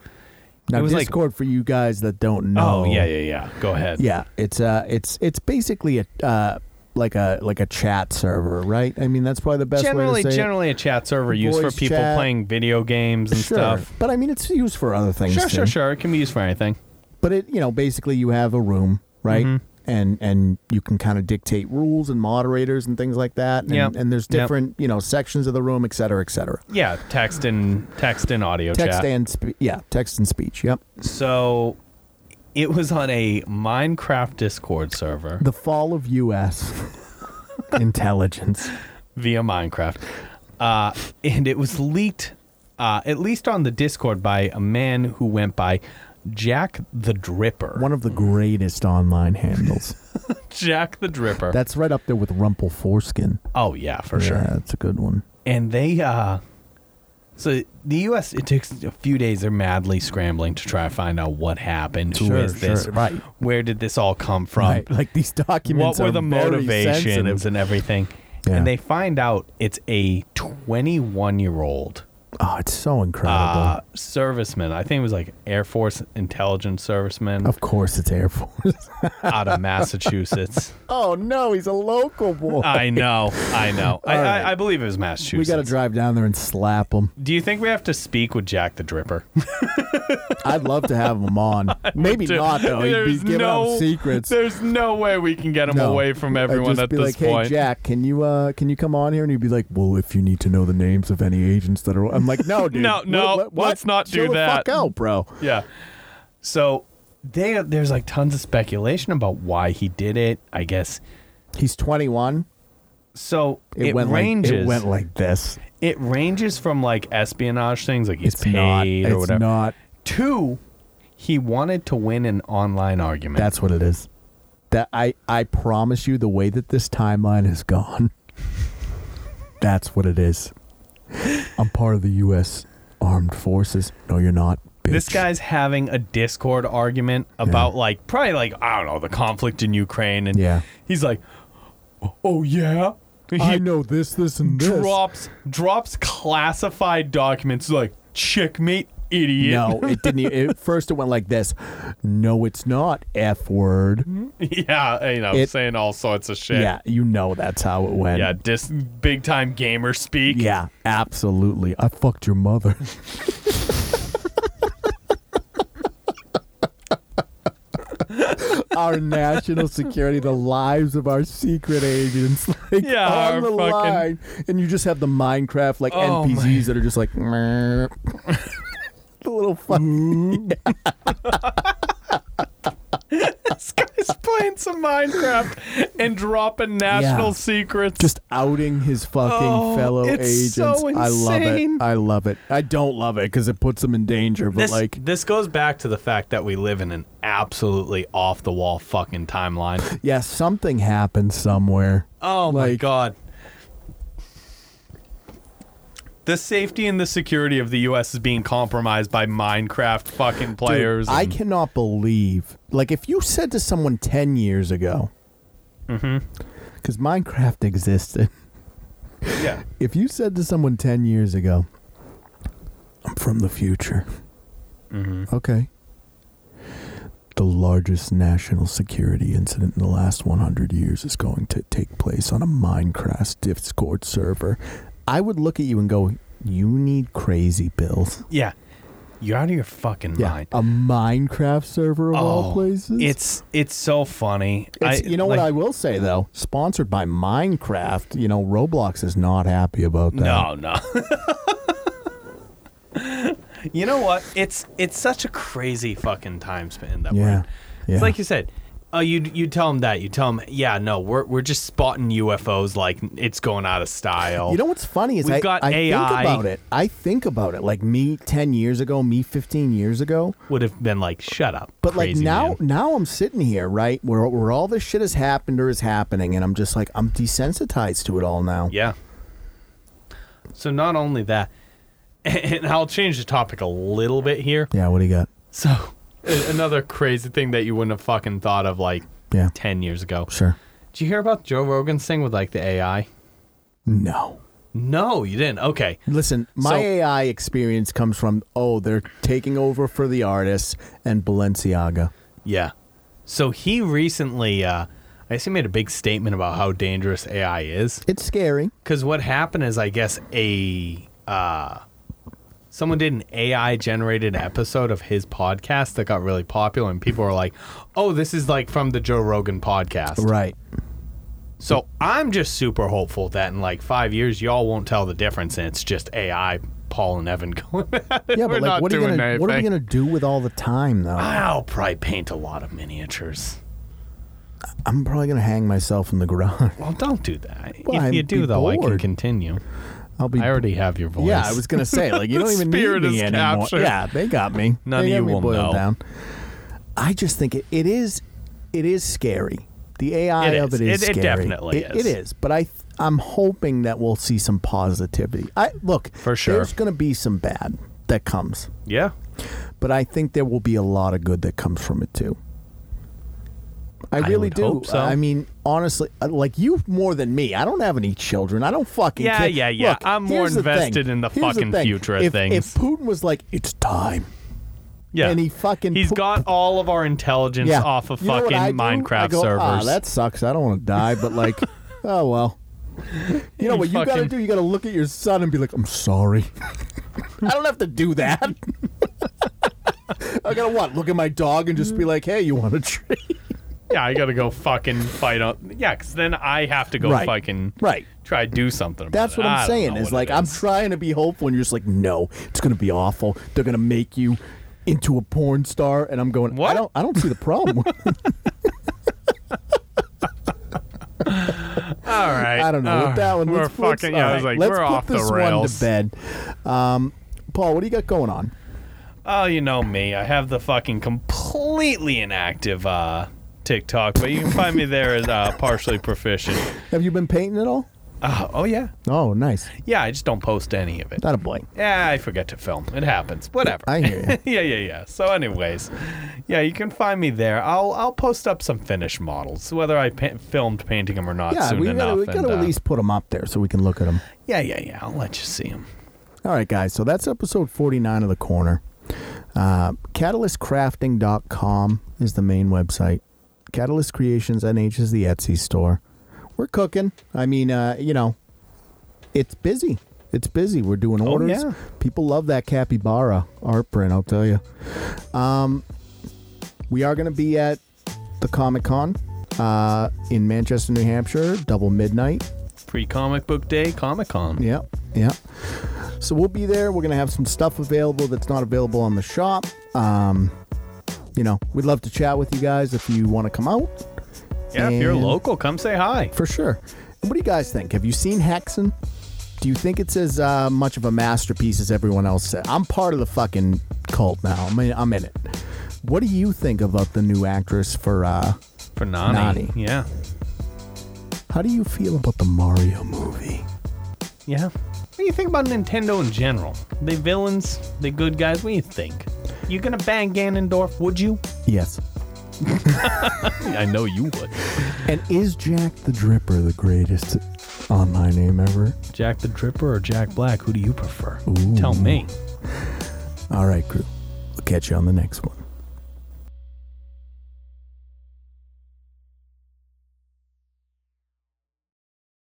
Speaker 2: Now,
Speaker 1: was like-
Speaker 2: Discord for you guys that don't
Speaker 1: Oh,
Speaker 2: know.
Speaker 1: yeah, yeah, yeah. Go ahead.
Speaker 2: yeah. It's uh, it's it's basically a uh, like a like a chat server, right? I mean, that's probably the best way
Speaker 1: Generally
Speaker 2: to say
Speaker 1: generally a chat server used for
Speaker 2: Voice
Speaker 1: people
Speaker 2: chat.
Speaker 1: playing video games
Speaker 2: it.
Speaker 1: and
Speaker 2: Sure,
Speaker 1: stuff.
Speaker 2: but I mean, it's used for other things.
Speaker 1: Sure,
Speaker 2: too.
Speaker 1: sure, sure. It can be used for anything.
Speaker 2: but it you know basically you have a room right
Speaker 1: Mm-hmm.
Speaker 2: and and you can kind of dictate rules and moderators and things like that and,
Speaker 1: Yep.
Speaker 2: and there's
Speaker 1: Yep.
Speaker 2: different you know sections of the room et cetera et cetera
Speaker 1: Yeah, text and text and audio
Speaker 2: text
Speaker 1: chat.
Speaker 2: and spe- yeah text and speech yep
Speaker 1: so it was on a Minecraft Discord server
Speaker 2: the fall of us intelligence
Speaker 1: via Minecraft, uh, and it was leaked, uh, at least on the Discord, by a man who went by Jack the Dripper.
Speaker 2: one of the greatest online handles
Speaker 1: Jack the Dripper.
Speaker 2: that's right up there with rumple foreskin
Speaker 1: oh yeah, for
Speaker 2: yeah
Speaker 1: sure.
Speaker 2: that's a good one
Speaker 1: And they uh, So the U.S. it takes a few days. They're madly scrambling to try to find out what happened. Who
Speaker 2: Sure,
Speaker 1: is this?
Speaker 2: sure, right.
Speaker 1: Where did this all come from?
Speaker 2: Right. Like these
Speaker 1: What
Speaker 2: documents.
Speaker 1: were
Speaker 2: are
Speaker 1: the
Speaker 2: very
Speaker 1: motivations
Speaker 2: sensitive.
Speaker 1: and everything?
Speaker 2: Yeah.
Speaker 1: And they find out it's a 21 year old
Speaker 2: Oh, it's so incredible.
Speaker 1: uh, serviceman. I think it was like Air Force intelligence serviceman
Speaker 2: of course, it's Air Force.
Speaker 1: out of Massachusetts.
Speaker 2: oh no, he's a local boy.
Speaker 1: I know, I know. I,
Speaker 2: Oh All right.
Speaker 1: I, I believe it was Uh, Massachusetts.
Speaker 2: we got to drive down there and slap him.
Speaker 1: Do you think we have to speak with Jack the Dripper?
Speaker 2: I'd love to have him on. Maybe not though. He'd be
Speaker 1: There's
Speaker 2: giving
Speaker 1: no
Speaker 2: up secrets.
Speaker 1: There's no way we can get him
Speaker 2: No.
Speaker 1: away from
Speaker 2: I'd
Speaker 1: everyone
Speaker 2: just
Speaker 1: at
Speaker 2: be
Speaker 1: this
Speaker 2: like,
Speaker 1: point.
Speaker 2: Hey Jack, can you uh can you come on here? And he'd be like, Well, if you need to know the names of any agents that are, I'm like, No, dude,
Speaker 1: No,
Speaker 2: What-
Speaker 1: no,
Speaker 2: what- what?
Speaker 1: let's not do
Speaker 2: Chill the
Speaker 1: that."
Speaker 2: fuck out, bro.
Speaker 1: Yeah. So they, there's like tons of speculation about why he did it. I guess
Speaker 2: He's 21.
Speaker 1: so. It,
Speaker 2: It, went
Speaker 1: ranges.
Speaker 2: Like, it went like this.
Speaker 1: It ranges from like espionage things, like he's
Speaker 2: It's
Speaker 1: paid
Speaker 2: not. It's
Speaker 1: or whatever.
Speaker 2: not.
Speaker 1: Two, he wanted to win an online argument.
Speaker 2: That's what it is. That I I promise you, the way that this timeline has gone, that's what it is. I'm part of the U.S. Armed Forces. No, you're not. Bitch.
Speaker 1: this guy's having a Discord argument about like probably like I don't know the conflict in Ukraine, and
Speaker 2: Yeah.
Speaker 1: he's like, oh yeah,
Speaker 2: I know this, this, and this.
Speaker 1: drops drops classified documents like checkmate idiot
Speaker 2: No, it didn't. e- It, first, it went like this. No, it's not f word.
Speaker 1: Mm-hmm. yeah you know
Speaker 2: It-
Speaker 1: saying all sorts of shit
Speaker 2: Yeah, you know that's how it went.
Speaker 1: yeah dis- big time gamer speak
Speaker 2: Yeah, absolutely. I fucked your mother. our national security, the lives of our secret agents, like
Speaker 1: Yeah, our
Speaker 2: on the
Speaker 1: fucking-
Speaker 2: line, and you just have the Minecraft like
Speaker 1: Oh, my-
Speaker 2: NPCs that are just like "Meow." the little
Speaker 1: Mm.
Speaker 2: fucking
Speaker 1: this guy's playing some minecraft and dropping national
Speaker 2: Yeah.
Speaker 1: secrets
Speaker 2: just outing his fucking
Speaker 1: Oh,
Speaker 2: fellow agents.
Speaker 1: it's so
Speaker 2: I love it.
Speaker 1: insane.
Speaker 2: I love it. I don't love it because it puts them in danger, but
Speaker 1: this,
Speaker 2: like
Speaker 1: this goes back to the fact that we live in an absolutely off the wall fucking timeline.
Speaker 2: yeah, something happened somewhere.
Speaker 1: Oh my
Speaker 2: Like-
Speaker 1: god. The safety and the security of the US is being compromised by Minecraft fucking
Speaker 2: Dude,
Speaker 1: players.
Speaker 2: I
Speaker 1: and-
Speaker 2: cannot believe. Like, if you said to someone 10 years ago, because Minecraft existed,
Speaker 1: yeah.
Speaker 2: if you said to someone 10 years ago, I'm from the future. Okay. The largest national security incident in the last 100 years is going to take place on a Minecraft Discord server. I would look at you and go, You need crazy bills.
Speaker 1: Yeah. You're out of your fucking
Speaker 2: Yeah.
Speaker 1: mind.
Speaker 2: A Minecraft server of all places?
Speaker 1: It's it's so funny. I-
Speaker 2: It's, you know what I
Speaker 1: like,
Speaker 2: will say though, sponsored by Minecraft. You know, Roblox is not happy about that.
Speaker 1: No, no. you know what? It's it's such a crazy fucking time span that we're
Speaker 2: Yeah.
Speaker 1: in.
Speaker 2: yeah.
Speaker 1: It's like you said. Oh, you you tell them that. You tell them, yeah, no, we're we're just spotting UFOs like it's going out of style.
Speaker 2: You know what's funny is
Speaker 1: We've
Speaker 2: I,
Speaker 1: got
Speaker 2: I
Speaker 1: AI.
Speaker 2: think about it. I think about it. Like me ten years ago, me fifteen years ago.
Speaker 1: would have been like, shut up.
Speaker 2: But like
Speaker 1: crazy
Speaker 2: now,
Speaker 1: man."
Speaker 2: now I'm sitting here, right, where where all this shit has happened or is happening, and I'm just like I'm desensitized to it all now.
Speaker 1: yeah. So not only that, and I'll change the topic a little bit here.
Speaker 2: Yeah. What do you got?
Speaker 1: So a- another crazy thing that you wouldn't have fucking thought of like
Speaker 2: Yeah.
Speaker 1: ten years ago.
Speaker 2: Sure.
Speaker 1: Did you hear about Joe Rogan's thing with like the AI?
Speaker 2: No.
Speaker 1: No, you didn't. Okay.
Speaker 2: Listen, my
Speaker 1: So-
Speaker 2: AI experience comes from oh, they're taking over for the artists and Balenciaga.
Speaker 1: Yeah. So he recently, uh, I guess he made a big statement about how dangerous AI is.
Speaker 2: It's scary.
Speaker 1: Because what happened is, I guess a uh, someone did an AI generated episode of his podcast that got really popular, and people were like, "Oh, this is like from the Joe Rogan podcast."
Speaker 2: Right.
Speaker 1: So I'm just super hopeful that in like five years, y'all won't tell the difference, and it's just AI. Paul and Evan going. At it.
Speaker 2: Yeah,
Speaker 1: We're
Speaker 2: but like,
Speaker 1: not
Speaker 2: what are, you
Speaker 1: doing
Speaker 2: gonna, what are we
Speaker 1: anything.
Speaker 2: gonna do with all the time though?
Speaker 1: I'll probably paint a lot of miniatures.
Speaker 2: I'm probably gonna hang myself in the garage.
Speaker 1: Well, don't do that.
Speaker 2: Well,
Speaker 1: if you
Speaker 2: I'd
Speaker 1: do,
Speaker 2: be
Speaker 1: though, I can
Speaker 2: bored.
Speaker 1: continue.
Speaker 2: I'll be.
Speaker 1: I already have your voice.
Speaker 2: yeah, I was gonna say like you don't even need
Speaker 1: Spirit
Speaker 2: me
Speaker 1: is
Speaker 2: anymore.
Speaker 1: captured.
Speaker 2: Yeah, they got me.
Speaker 1: None
Speaker 2: They
Speaker 1: of
Speaker 2: got
Speaker 1: you
Speaker 2: me
Speaker 1: will
Speaker 2: boiled
Speaker 1: know.
Speaker 2: down. I just think it, it is, it is scary. The AI
Speaker 1: It
Speaker 2: of
Speaker 1: is.
Speaker 2: it is
Speaker 1: It- it
Speaker 2: scary.
Speaker 1: definitely
Speaker 2: it,
Speaker 1: is.
Speaker 2: It is, but I, th- I'm hoping that we'll see some positivity. I look
Speaker 1: For sure.
Speaker 2: There's going to be some bad that comes,
Speaker 1: Yeah.
Speaker 2: but I think there will be a lot of good that comes from it too. I
Speaker 1: I
Speaker 2: really
Speaker 1: would
Speaker 2: do.
Speaker 1: hope so.
Speaker 2: I mean, honestly, uh, like you more than me. I don't have any children. I don't fucking
Speaker 1: Yeah,
Speaker 2: care.
Speaker 1: yeah, yeah.
Speaker 2: Look,
Speaker 1: I'm more
Speaker 2: here's the thing.
Speaker 1: invested in the
Speaker 2: Here's
Speaker 1: fucking
Speaker 2: thing.
Speaker 1: future of
Speaker 2: If-
Speaker 1: things.
Speaker 2: If Putin was like, "It's time,"
Speaker 1: Yeah.
Speaker 2: and he fucking
Speaker 1: He's
Speaker 2: pu-
Speaker 1: got all of our intelligence
Speaker 2: yeah.
Speaker 1: off of
Speaker 2: You know what
Speaker 1: fucking
Speaker 2: I do? I
Speaker 1: Minecraft
Speaker 2: go,
Speaker 1: servers.
Speaker 2: Ah, that sucks. I don't want to die, but like, oh well. You know
Speaker 1: You
Speaker 2: what you gotta
Speaker 1: fucking-
Speaker 2: do? You gotta look at your son and be like, I'm sorry. I don't have to do that. I gotta what? Look at my dog and just be like, hey, you want a treat?
Speaker 1: yeah, I gotta go fucking fight on. Yeah, because then I have to go
Speaker 2: Right.
Speaker 1: fucking
Speaker 2: Right.
Speaker 1: try to do something. About
Speaker 2: That's
Speaker 1: it.
Speaker 2: what
Speaker 1: I
Speaker 2: I'm
Speaker 1: don't
Speaker 2: saying.
Speaker 1: know
Speaker 2: Is
Speaker 1: what
Speaker 2: like
Speaker 1: it
Speaker 2: I'm
Speaker 1: is.
Speaker 2: trying to be hopeful, and you're just like, no, it's gonna be awful. They're gonna make you into a porn star, and I'm going, I
Speaker 1: What?
Speaker 2: don't, I don't see the problem.
Speaker 1: All right.
Speaker 2: I don't know.
Speaker 1: All
Speaker 2: with that one,
Speaker 1: right. Uh, We're
Speaker 2: let's, let's-
Speaker 1: fucking. Yeah, I
Speaker 2: all
Speaker 1: was like,
Speaker 2: right, let's
Speaker 1: we're
Speaker 2: put
Speaker 1: off the
Speaker 2: this
Speaker 1: rails.
Speaker 2: one to bed. Um, Paul, what do you got going on?
Speaker 1: Oh, you know me. I have the fucking completely inactive uh, TikTok, but you can find me there as uh, partially proficient.
Speaker 2: Have you been painting at all?
Speaker 1: Uh, oh yeah,
Speaker 2: Oh, nice.
Speaker 1: yeah. I just don't post any of it.
Speaker 2: Not a boy.
Speaker 1: Yeah, I forget to film. It happens. Whatever.
Speaker 2: I hear you.
Speaker 1: yeah, yeah, yeah. So, anyways, yeah, you can find me there. I'll I'll post up some finished models, whether I pa- filmed painting them or not
Speaker 2: Yeah,
Speaker 1: soon
Speaker 2: we
Speaker 1: enough.
Speaker 2: gotta, we
Speaker 1: and,
Speaker 2: gotta
Speaker 1: uh,
Speaker 2: at least put them up there so we can look at them.
Speaker 1: Yeah, yeah, yeah. I'll let you see them.
Speaker 2: All right, guys. So that's episode 49 of The Corner. Uh, CatalystCrafting.com is the main website. Catalyst Creations NH is the Etsy store. We're cooking. I mean, uh, you know, it's busy. It's busy. We're doing orders.
Speaker 1: yeah.
Speaker 2: People love that capybara art print, I'll tell you. Um, we are going to be at the Comic Con uh, in Manchester, New Hampshire, double midnight.
Speaker 1: Pre Comic Book Day, Comic Con.
Speaker 2: Yeah, yeah. So we'll be there. We're gonna have some stuff available that's not available on the shop. Um, you know, we'd love to chat with you guys if you want to come out
Speaker 1: Yeah, if you're
Speaker 2: And-
Speaker 1: local, come say hi.
Speaker 2: for sure. And what do you guys think? Have you seen Hexen? Do you think it's as uh, much of a masterpiece as everyone else said? I'm part of the fucking cult now. I mean, I'm in it. What do you think about the new actress for? Uh,
Speaker 1: For Nani.
Speaker 2: Nani.
Speaker 1: Yeah.
Speaker 2: how do you feel about the Mario movie?
Speaker 1: Yeah. What do you think about Nintendo in general? They villains, they good guys. What do you think? You gonna bang Ganondorf? Would you?
Speaker 2: Yes.
Speaker 1: I know you would.
Speaker 2: And is Jack the Dripper the greatest online name ever?
Speaker 1: Jack the Dripper or Jack Black? Who do you prefer?
Speaker 2: Ooh.
Speaker 1: Tell me.
Speaker 2: All right, crew. We'll catch you on the next one.